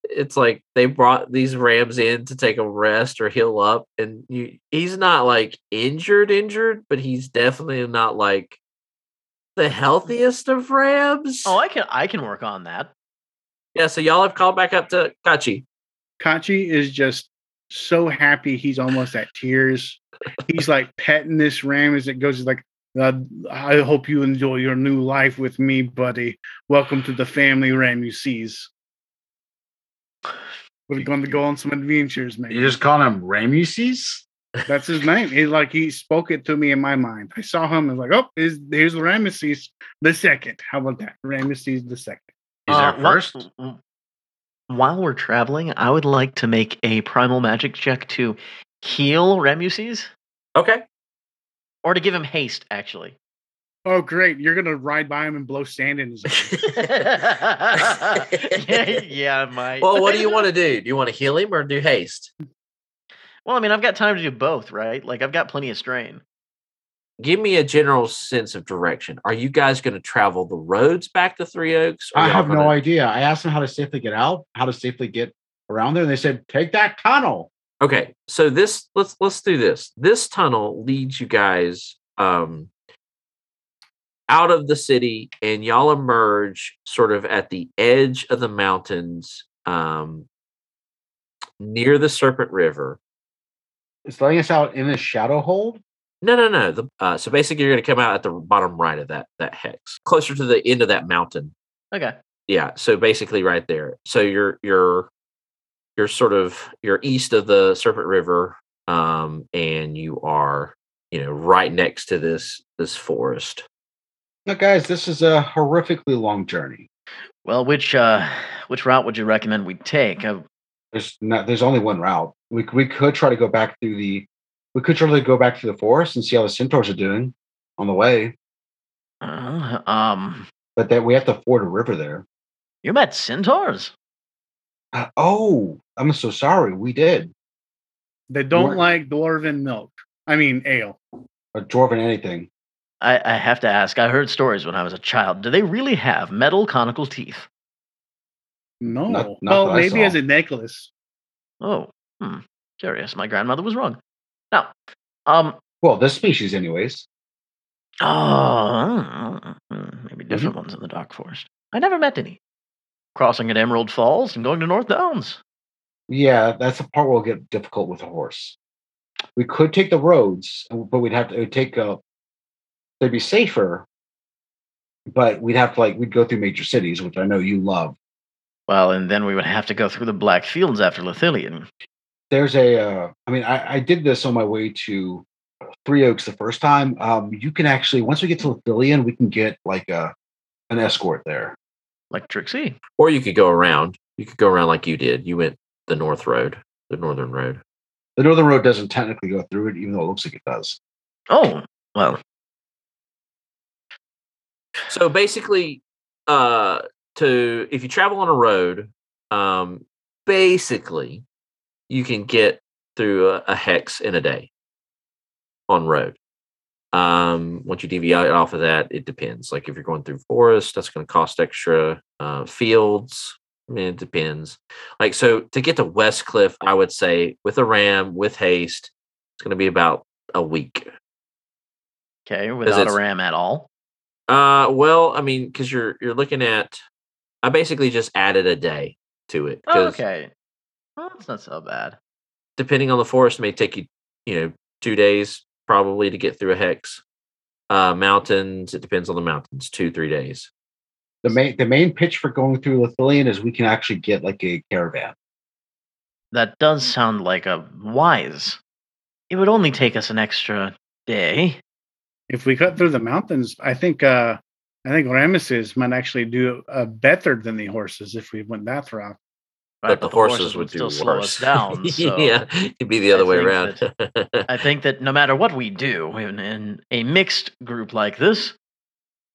[SPEAKER 1] It's like they brought these Rams in to take a rest or heal up, and you, he's not like injured, injured, but he's definitely not like the healthiest of Rams.
[SPEAKER 3] oh, I can I can work on that.
[SPEAKER 1] Yeah, so y'all have called back up to Kachi.
[SPEAKER 4] Kachi is just so happy he's almost at tears. He's like petting this ram as it goes. He's like, "Uh, I hope you enjoy your new life with me, buddy. Welcome to the family ram you seize. We're going to go on some adventures, man.
[SPEAKER 2] You just call him Ramuses.
[SPEAKER 4] That's his name. He's like he spoke it to me in my mind. I saw him and was like, oh, is here's Ramesses the second. How about that? Ramesses the second.
[SPEAKER 2] He's
[SPEAKER 3] Uh,
[SPEAKER 2] our
[SPEAKER 3] wha-
[SPEAKER 2] first.
[SPEAKER 3] w- While we're traveling, I would like to make a primal magic check to heal Ramuses
[SPEAKER 1] Okay.
[SPEAKER 3] or to give him haste, actually.
[SPEAKER 4] Oh, great! You're gonna ride by him and blow sand in his. eye.
[SPEAKER 3] yeah, yeah, I might.
[SPEAKER 1] Well, what do you want to do? Do you want to heal him or do haste?
[SPEAKER 3] Well, I mean, I've got time to do both, right? Like, I've got plenty of strain.
[SPEAKER 1] Give me a general sense of direction. Are you guys going to travel the roads back to Three Oaks? or
[SPEAKER 2] I
[SPEAKER 1] y'all
[SPEAKER 2] have no
[SPEAKER 1] gonna-
[SPEAKER 2] idea. I asked them how to safely get out, how to safely get around there, and they said, "Take that tunnel."
[SPEAKER 1] Okay, so this let's let's do this. This tunnel leads you guys um out of the city, and y'all emerge sort of at the edge of the mountains, um, near the Serpent River.
[SPEAKER 2] It's letting us out in a shadow hold.
[SPEAKER 1] No, no, no. The, uh, so basically, you're going to come out at the bottom right of that that hex, closer to the end of that mountain.
[SPEAKER 3] Okay.
[SPEAKER 1] Yeah. So basically, right there. So you're you're you're sort of you're east of the Serpent River, um, and you are you know right next to this this forest.
[SPEAKER 2] Now, guys, this is a horrifically long journey.
[SPEAKER 3] Well, which uh, which route would you recommend we take? Uh,
[SPEAKER 2] There's not. There's only one route. We c- we could try to go back through the. We could try to go back through the forest and see how the centaurs are doing on the way,
[SPEAKER 3] uh, um,
[SPEAKER 2] but that we have to ford a river there.
[SPEAKER 3] you met centaurs.
[SPEAKER 2] Uh, oh, I'm so sorry. We did
[SPEAKER 4] They don't
[SPEAKER 2] Right.
[SPEAKER 4] like dwarven milk. I mean ale.
[SPEAKER 2] a dwarven anything.
[SPEAKER 3] I, I have to ask. I heard stories when I was a child. Do they really have metal conical teeth?
[SPEAKER 4] No.
[SPEAKER 2] Not- not
[SPEAKER 4] well,
[SPEAKER 2] that I
[SPEAKER 4] maybe
[SPEAKER 2] saw.
[SPEAKER 4] as a necklace.
[SPEAKER 3] Oh, hmm. Curious. My grandmother was wrong. No. Um.
[SPEAKER 2] Well, this species, anyways.
[SPEAKER 3] Oh, mm, maybe different ones in the dark forest. I never met any. Crossing at Emerald Falls and going to North Downs.
[SPEAKER 2] Yeah, that's the part where it'll get difficult with a horse. We could take the roads, uh, but we'd have to it would take a. They'd be safer, but we'd have to like we'd go through major cities, which I know you love.
[SPEAKER 3] Well, and then we would have to go through the Black Fields after Lithilian.
[SPEAKER 2] there's a uh, i mean I, I did this on my way to three oaks the first time um you can actually once we get to Lithillion, we can get like a an escort there
[SPEAKER 3] Like Trixie.
[SPEAKER 1] Or you could go around. You could go around like you did. You went the north road, the northern road.
[SPEAKER 2] the northern road doesn't technically go through it even though it looks like it does
[SPEAKER 3] Oh, well,
[SPEAKER 1] So basically, uh, to if you travel on a road, um, basically, you can get through a, a hex in a day on road. Um, once you deviate off of that, it depends. Like if you're going through forest, that's going to cost extra. Uh, fields, I mean, it depends. Like so, to get to West Cliff, I would say with a ram with haste, it's going to be about a week.
[SPEAKER 3] okay, without a
[SPEAKER 1] it's-
[SPEAKER 3] ram at all.
[SPEAKER 1] Uh, well, I mean, because you're you're looking at, I basically just added a day to it.
[SPEAKER 3] Oh,
[SPEAKER 1] 'cause
[SPEAKER 3] okay. Well, that's not so bad.
[SPEAKER 1] Depending on the forest, it may take you, you know, two days probably to get through a hex. Uh, mountains, it depends on the mountains, two three days.
[SPEAKER 2] the main the main pitch for going through Lithillion is we can actually get like a caravan
[SPEAKER 3] That does sound like a wise. It would only take us an extra day.
[SPEAKER 4] If we cut through the mountains, I think uh I think Ramesses might actually do uh, better than the horses if we went that route.
[SPEAKER 1] But, the, horses, would do
[SPEAKER 3] still
[SPEAKER 1] worse.
[SPEAKER 3] slow us down. Um, So
[SPEAKER 1] yeah, it'd be the
[SPEAKER 3] I
[SPEAKER 1] other way
[SPEAKER 3] think
[SPEAKER 1] around.
[SPEAKER 3] I think that no matter what we do in, in a mixed group like this,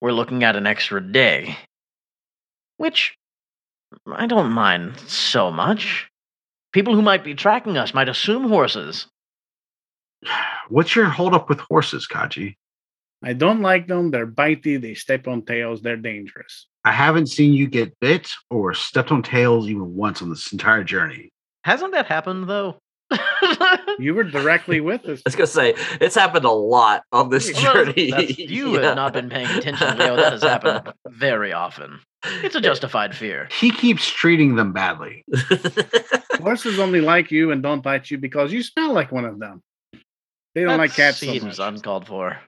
[SPEAKER 3] we're looking at an extra day, which I don't mind so much. People who might be tracking us might assume horses.
[SPEAKER 5] What's your holdup with horses, Kaji?
[SPEAKER 4] I don't like them. They're bitey. They step on tails. They're dangerous.
[SPEAKER 5] I haven't seen you get bit or stepped on tails even once on this entire journey.
[SPEAKER 3] Hasn't that happened though?
[SPEAKER 4] You were directly with us.
[SPEAKER 1] I was gonna say it's happened a lot on this
[SPEAKER 3] Well,
[SPEAKER 1] journey.
[SPEAKER 3] that's- you
[SPEAKER 1] Yeah.
[SPEAKER 3] have not been paying attention, Leo. That has happened very often. It's a justified fear.
[SPEAKER 5] He keeps treating them badly.
[SPEAKER 4] Horses only like you and don't bite you because you smell like one of them. They don't
[SPEAKER 3] That
[SPEAKER 4] like cats. So
[SPEAKER 3] seems
[SPEAKER 4] much.
[SPEAKER 3] uncalled for.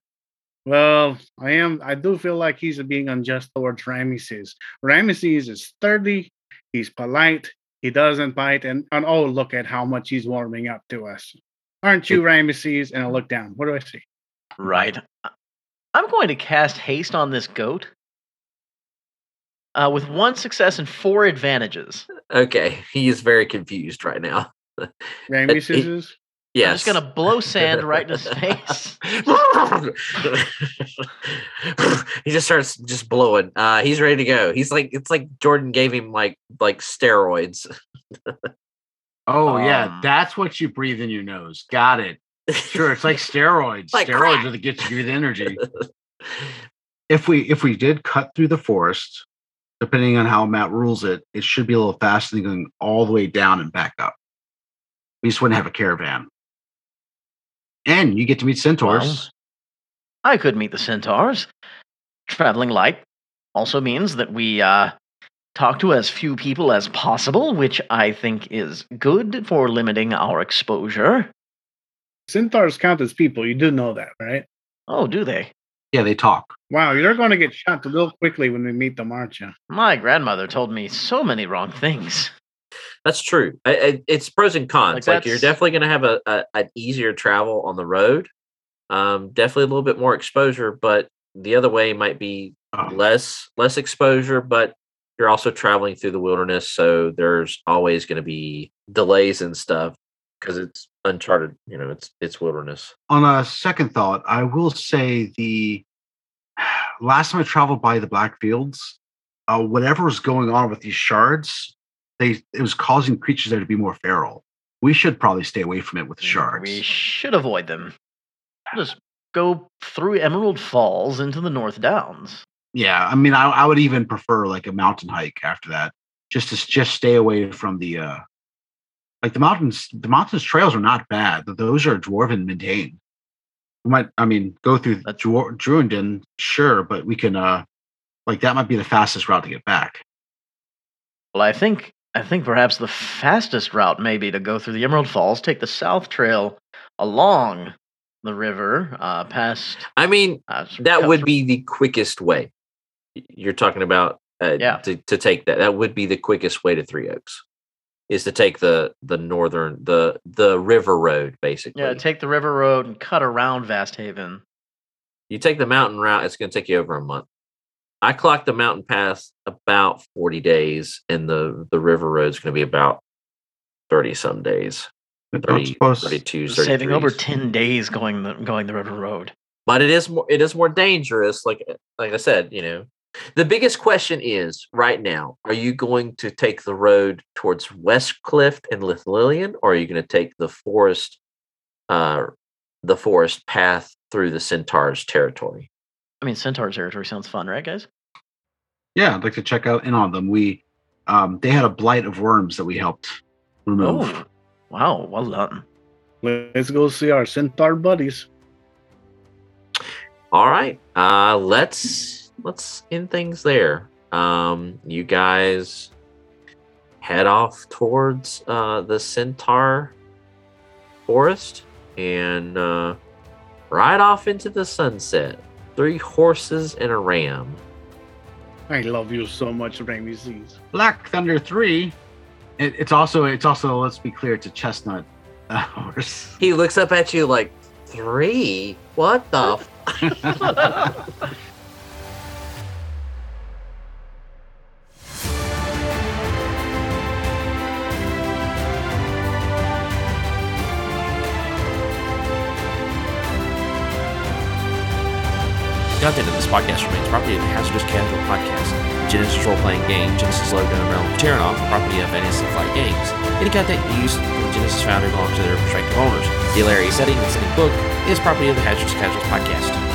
[SPEAKER 4] well, I am. I do feel like he's being unjust towards Ramesses. Ramesses is sturdy. He's polite. He doesn't bite. And, and oh, look at how much he's warming up to us. Aren't you Ramesses? And I look down. What do I see?
[SPEAKER 3] Right. I- I'm going to cast haste on this goat. Uh, with one success and four advantages.
[SPEAKER 1] okay, he is very confused right now.
[SPEAKER 4] Ramesses is.
[SPEAKER 1] Yes.
[SPEAKER 3] I'm just gonna blow sand right in his face.
[SPEAKER 1] he just starts just blowing. Uh, he's ready to go. He's like it's like Jordan gave him like like steroids.
[SPEAKER 5] Oh yeah,
[SPEAKER 3] Um.
[SPEAKER 5] that's what you breathe in your nose. Got it. Sure, it's like steroids.
[SPEAKER 1] Like
[SPEAKER 5] steroids
[SPEAKER 1] crack.
[SPEAKER 5] are the gets you the energy. if we if we did cut through the forest, depending on how Matt rules it, it should be a little faster than going all the way down and back up. We just wouldn't have a caravan. And you get to meet centaurs.
[SPEAKER 3] I could meet the centaurs. Traveling light also means that we uh, talk to as few people as possible, which I think is good for limiting our exposure.
[SPEAKER 4] Centaurs count as people. You do know that, right?
[SPEAKER 3] Oh, do they?
[SPEAKER 5] yeah, they talk.
[SPEAKER 4] Wow, you're going to get shot real quickly when we meet them, aren't you?
[SPEAKER 3] My grandmother told me so many wrong things.
[SPEAKER 1] That's true. I, I, it's pros and cons. Like, you're
[SPEAKER 3] that's-
[SPEAKER 1] definitely gonna have a, a an easier travel on the road. Um, definitely a little bit more exposure, but the other way might be
[SPEAKER 5] Oh,
[SPEAKER 1] less less exposure, but you're also traveling through the wilderness, so there's always going to be delays and stuff because it's uncharted. You know, it's it's wilderness.
[SPEAKER 5] on a second thought, I will say the last time I traveled by the Black Fields, uh, whatever was going on with these shards, they it was causing creatures there to be more feral. We should probably stay away from it with the shards.
[SPEAKER 3] We should avoid them. Just go through Emerald Falls into the North Downs.
[SPEAKER 5] yeah, I mean, I, I would even prefer like a mountain hike after that, just to s- just stay away from the uh,
[SPEAKER 2] Like the mountains, the mountains trails are not bad. but Those are dwarven maintained. We might, I mean, go through
[SPEAKER 3] That's-
[SPEAKER 2] Dwar- Druiden, sure, but we can, uh, like that might be the fastest route to get back.
[SPEAKER 3] Well, I think I think perhaps the fastest route may be to go through the Emerald Falls, take the South Trail along the river, uh, past
[SPEAKER 1] I mean,
[SPEAKER 3] uh, s-
[SPEAKER 1] that
[SPEAKER 3] cut
[SPEAKER 1] would
[SPEAKER 3] through-
[SPEAKER 1] be the quickest way. You're talking about uh,
[SPEAKER 3] Yeah.
[SPEAKER 1] to, to take that. That would be the quickest way to Three Oaks, is to take the the northern the the river road basically.
[SPEAKER 3] yeah. Take the river road and cut around Vast Haven.
[SPEAKER 1] you take the mountain route, it's going to take you over a month. I clocked the mountain pass about 40 days, and the the river road's going to be about 30 some days.
[SPEAKER 2] But don't
[SPEAKER 1] 30,
[SPEAKER 2] suppose-
[SPEAKER 1] 32,
[SPEAKER 3] Saving over
[SPEAKER 1] 33s.
[SPEAKER 3] ten days going the going the river road.
[SPEAKER 1] but it is more it is more dangerous like eh, like i said you know the biggest question is right now are you going to take the road towards westcliff and lithlillian or are you going to take the forest uh the forest path through the centaur's territory
[SPEAKER 3] I mean, Centaur territory sounds fun, right, guys?
[SPEAKER 2] Yeah, I'd like to check out in on them. We, um, they had a blight of worms that we helped remove.
[SPEAKER 3] Oh, wow, well done.
[SPEAKER 4] Let's go see our centaur buddies.
[SPEAKER 1] all right uh let's let's end things there um you guys head off towards uh the centaur forest and uh ride off into the sunset three horses and a ram
[SPEAKER 4] I love you so much, Ramesses.
[SPEAKER 2] Black Thunder Three. It, it's also it's also let's be clear, it's a chestnut uh, horse.
[SPEAKER 1] he looks up at you like three what the f- The content of this podcast remains property of the Hazardous Casual Podcast. Genesis role-playing game, Genesis logo and realm of Terranoff, property of NSC Flight Games. Any content used from the Genesis founder belongs to their respective owners. The Larry setting and setting book is property of the Hazardous Casuals Podcast.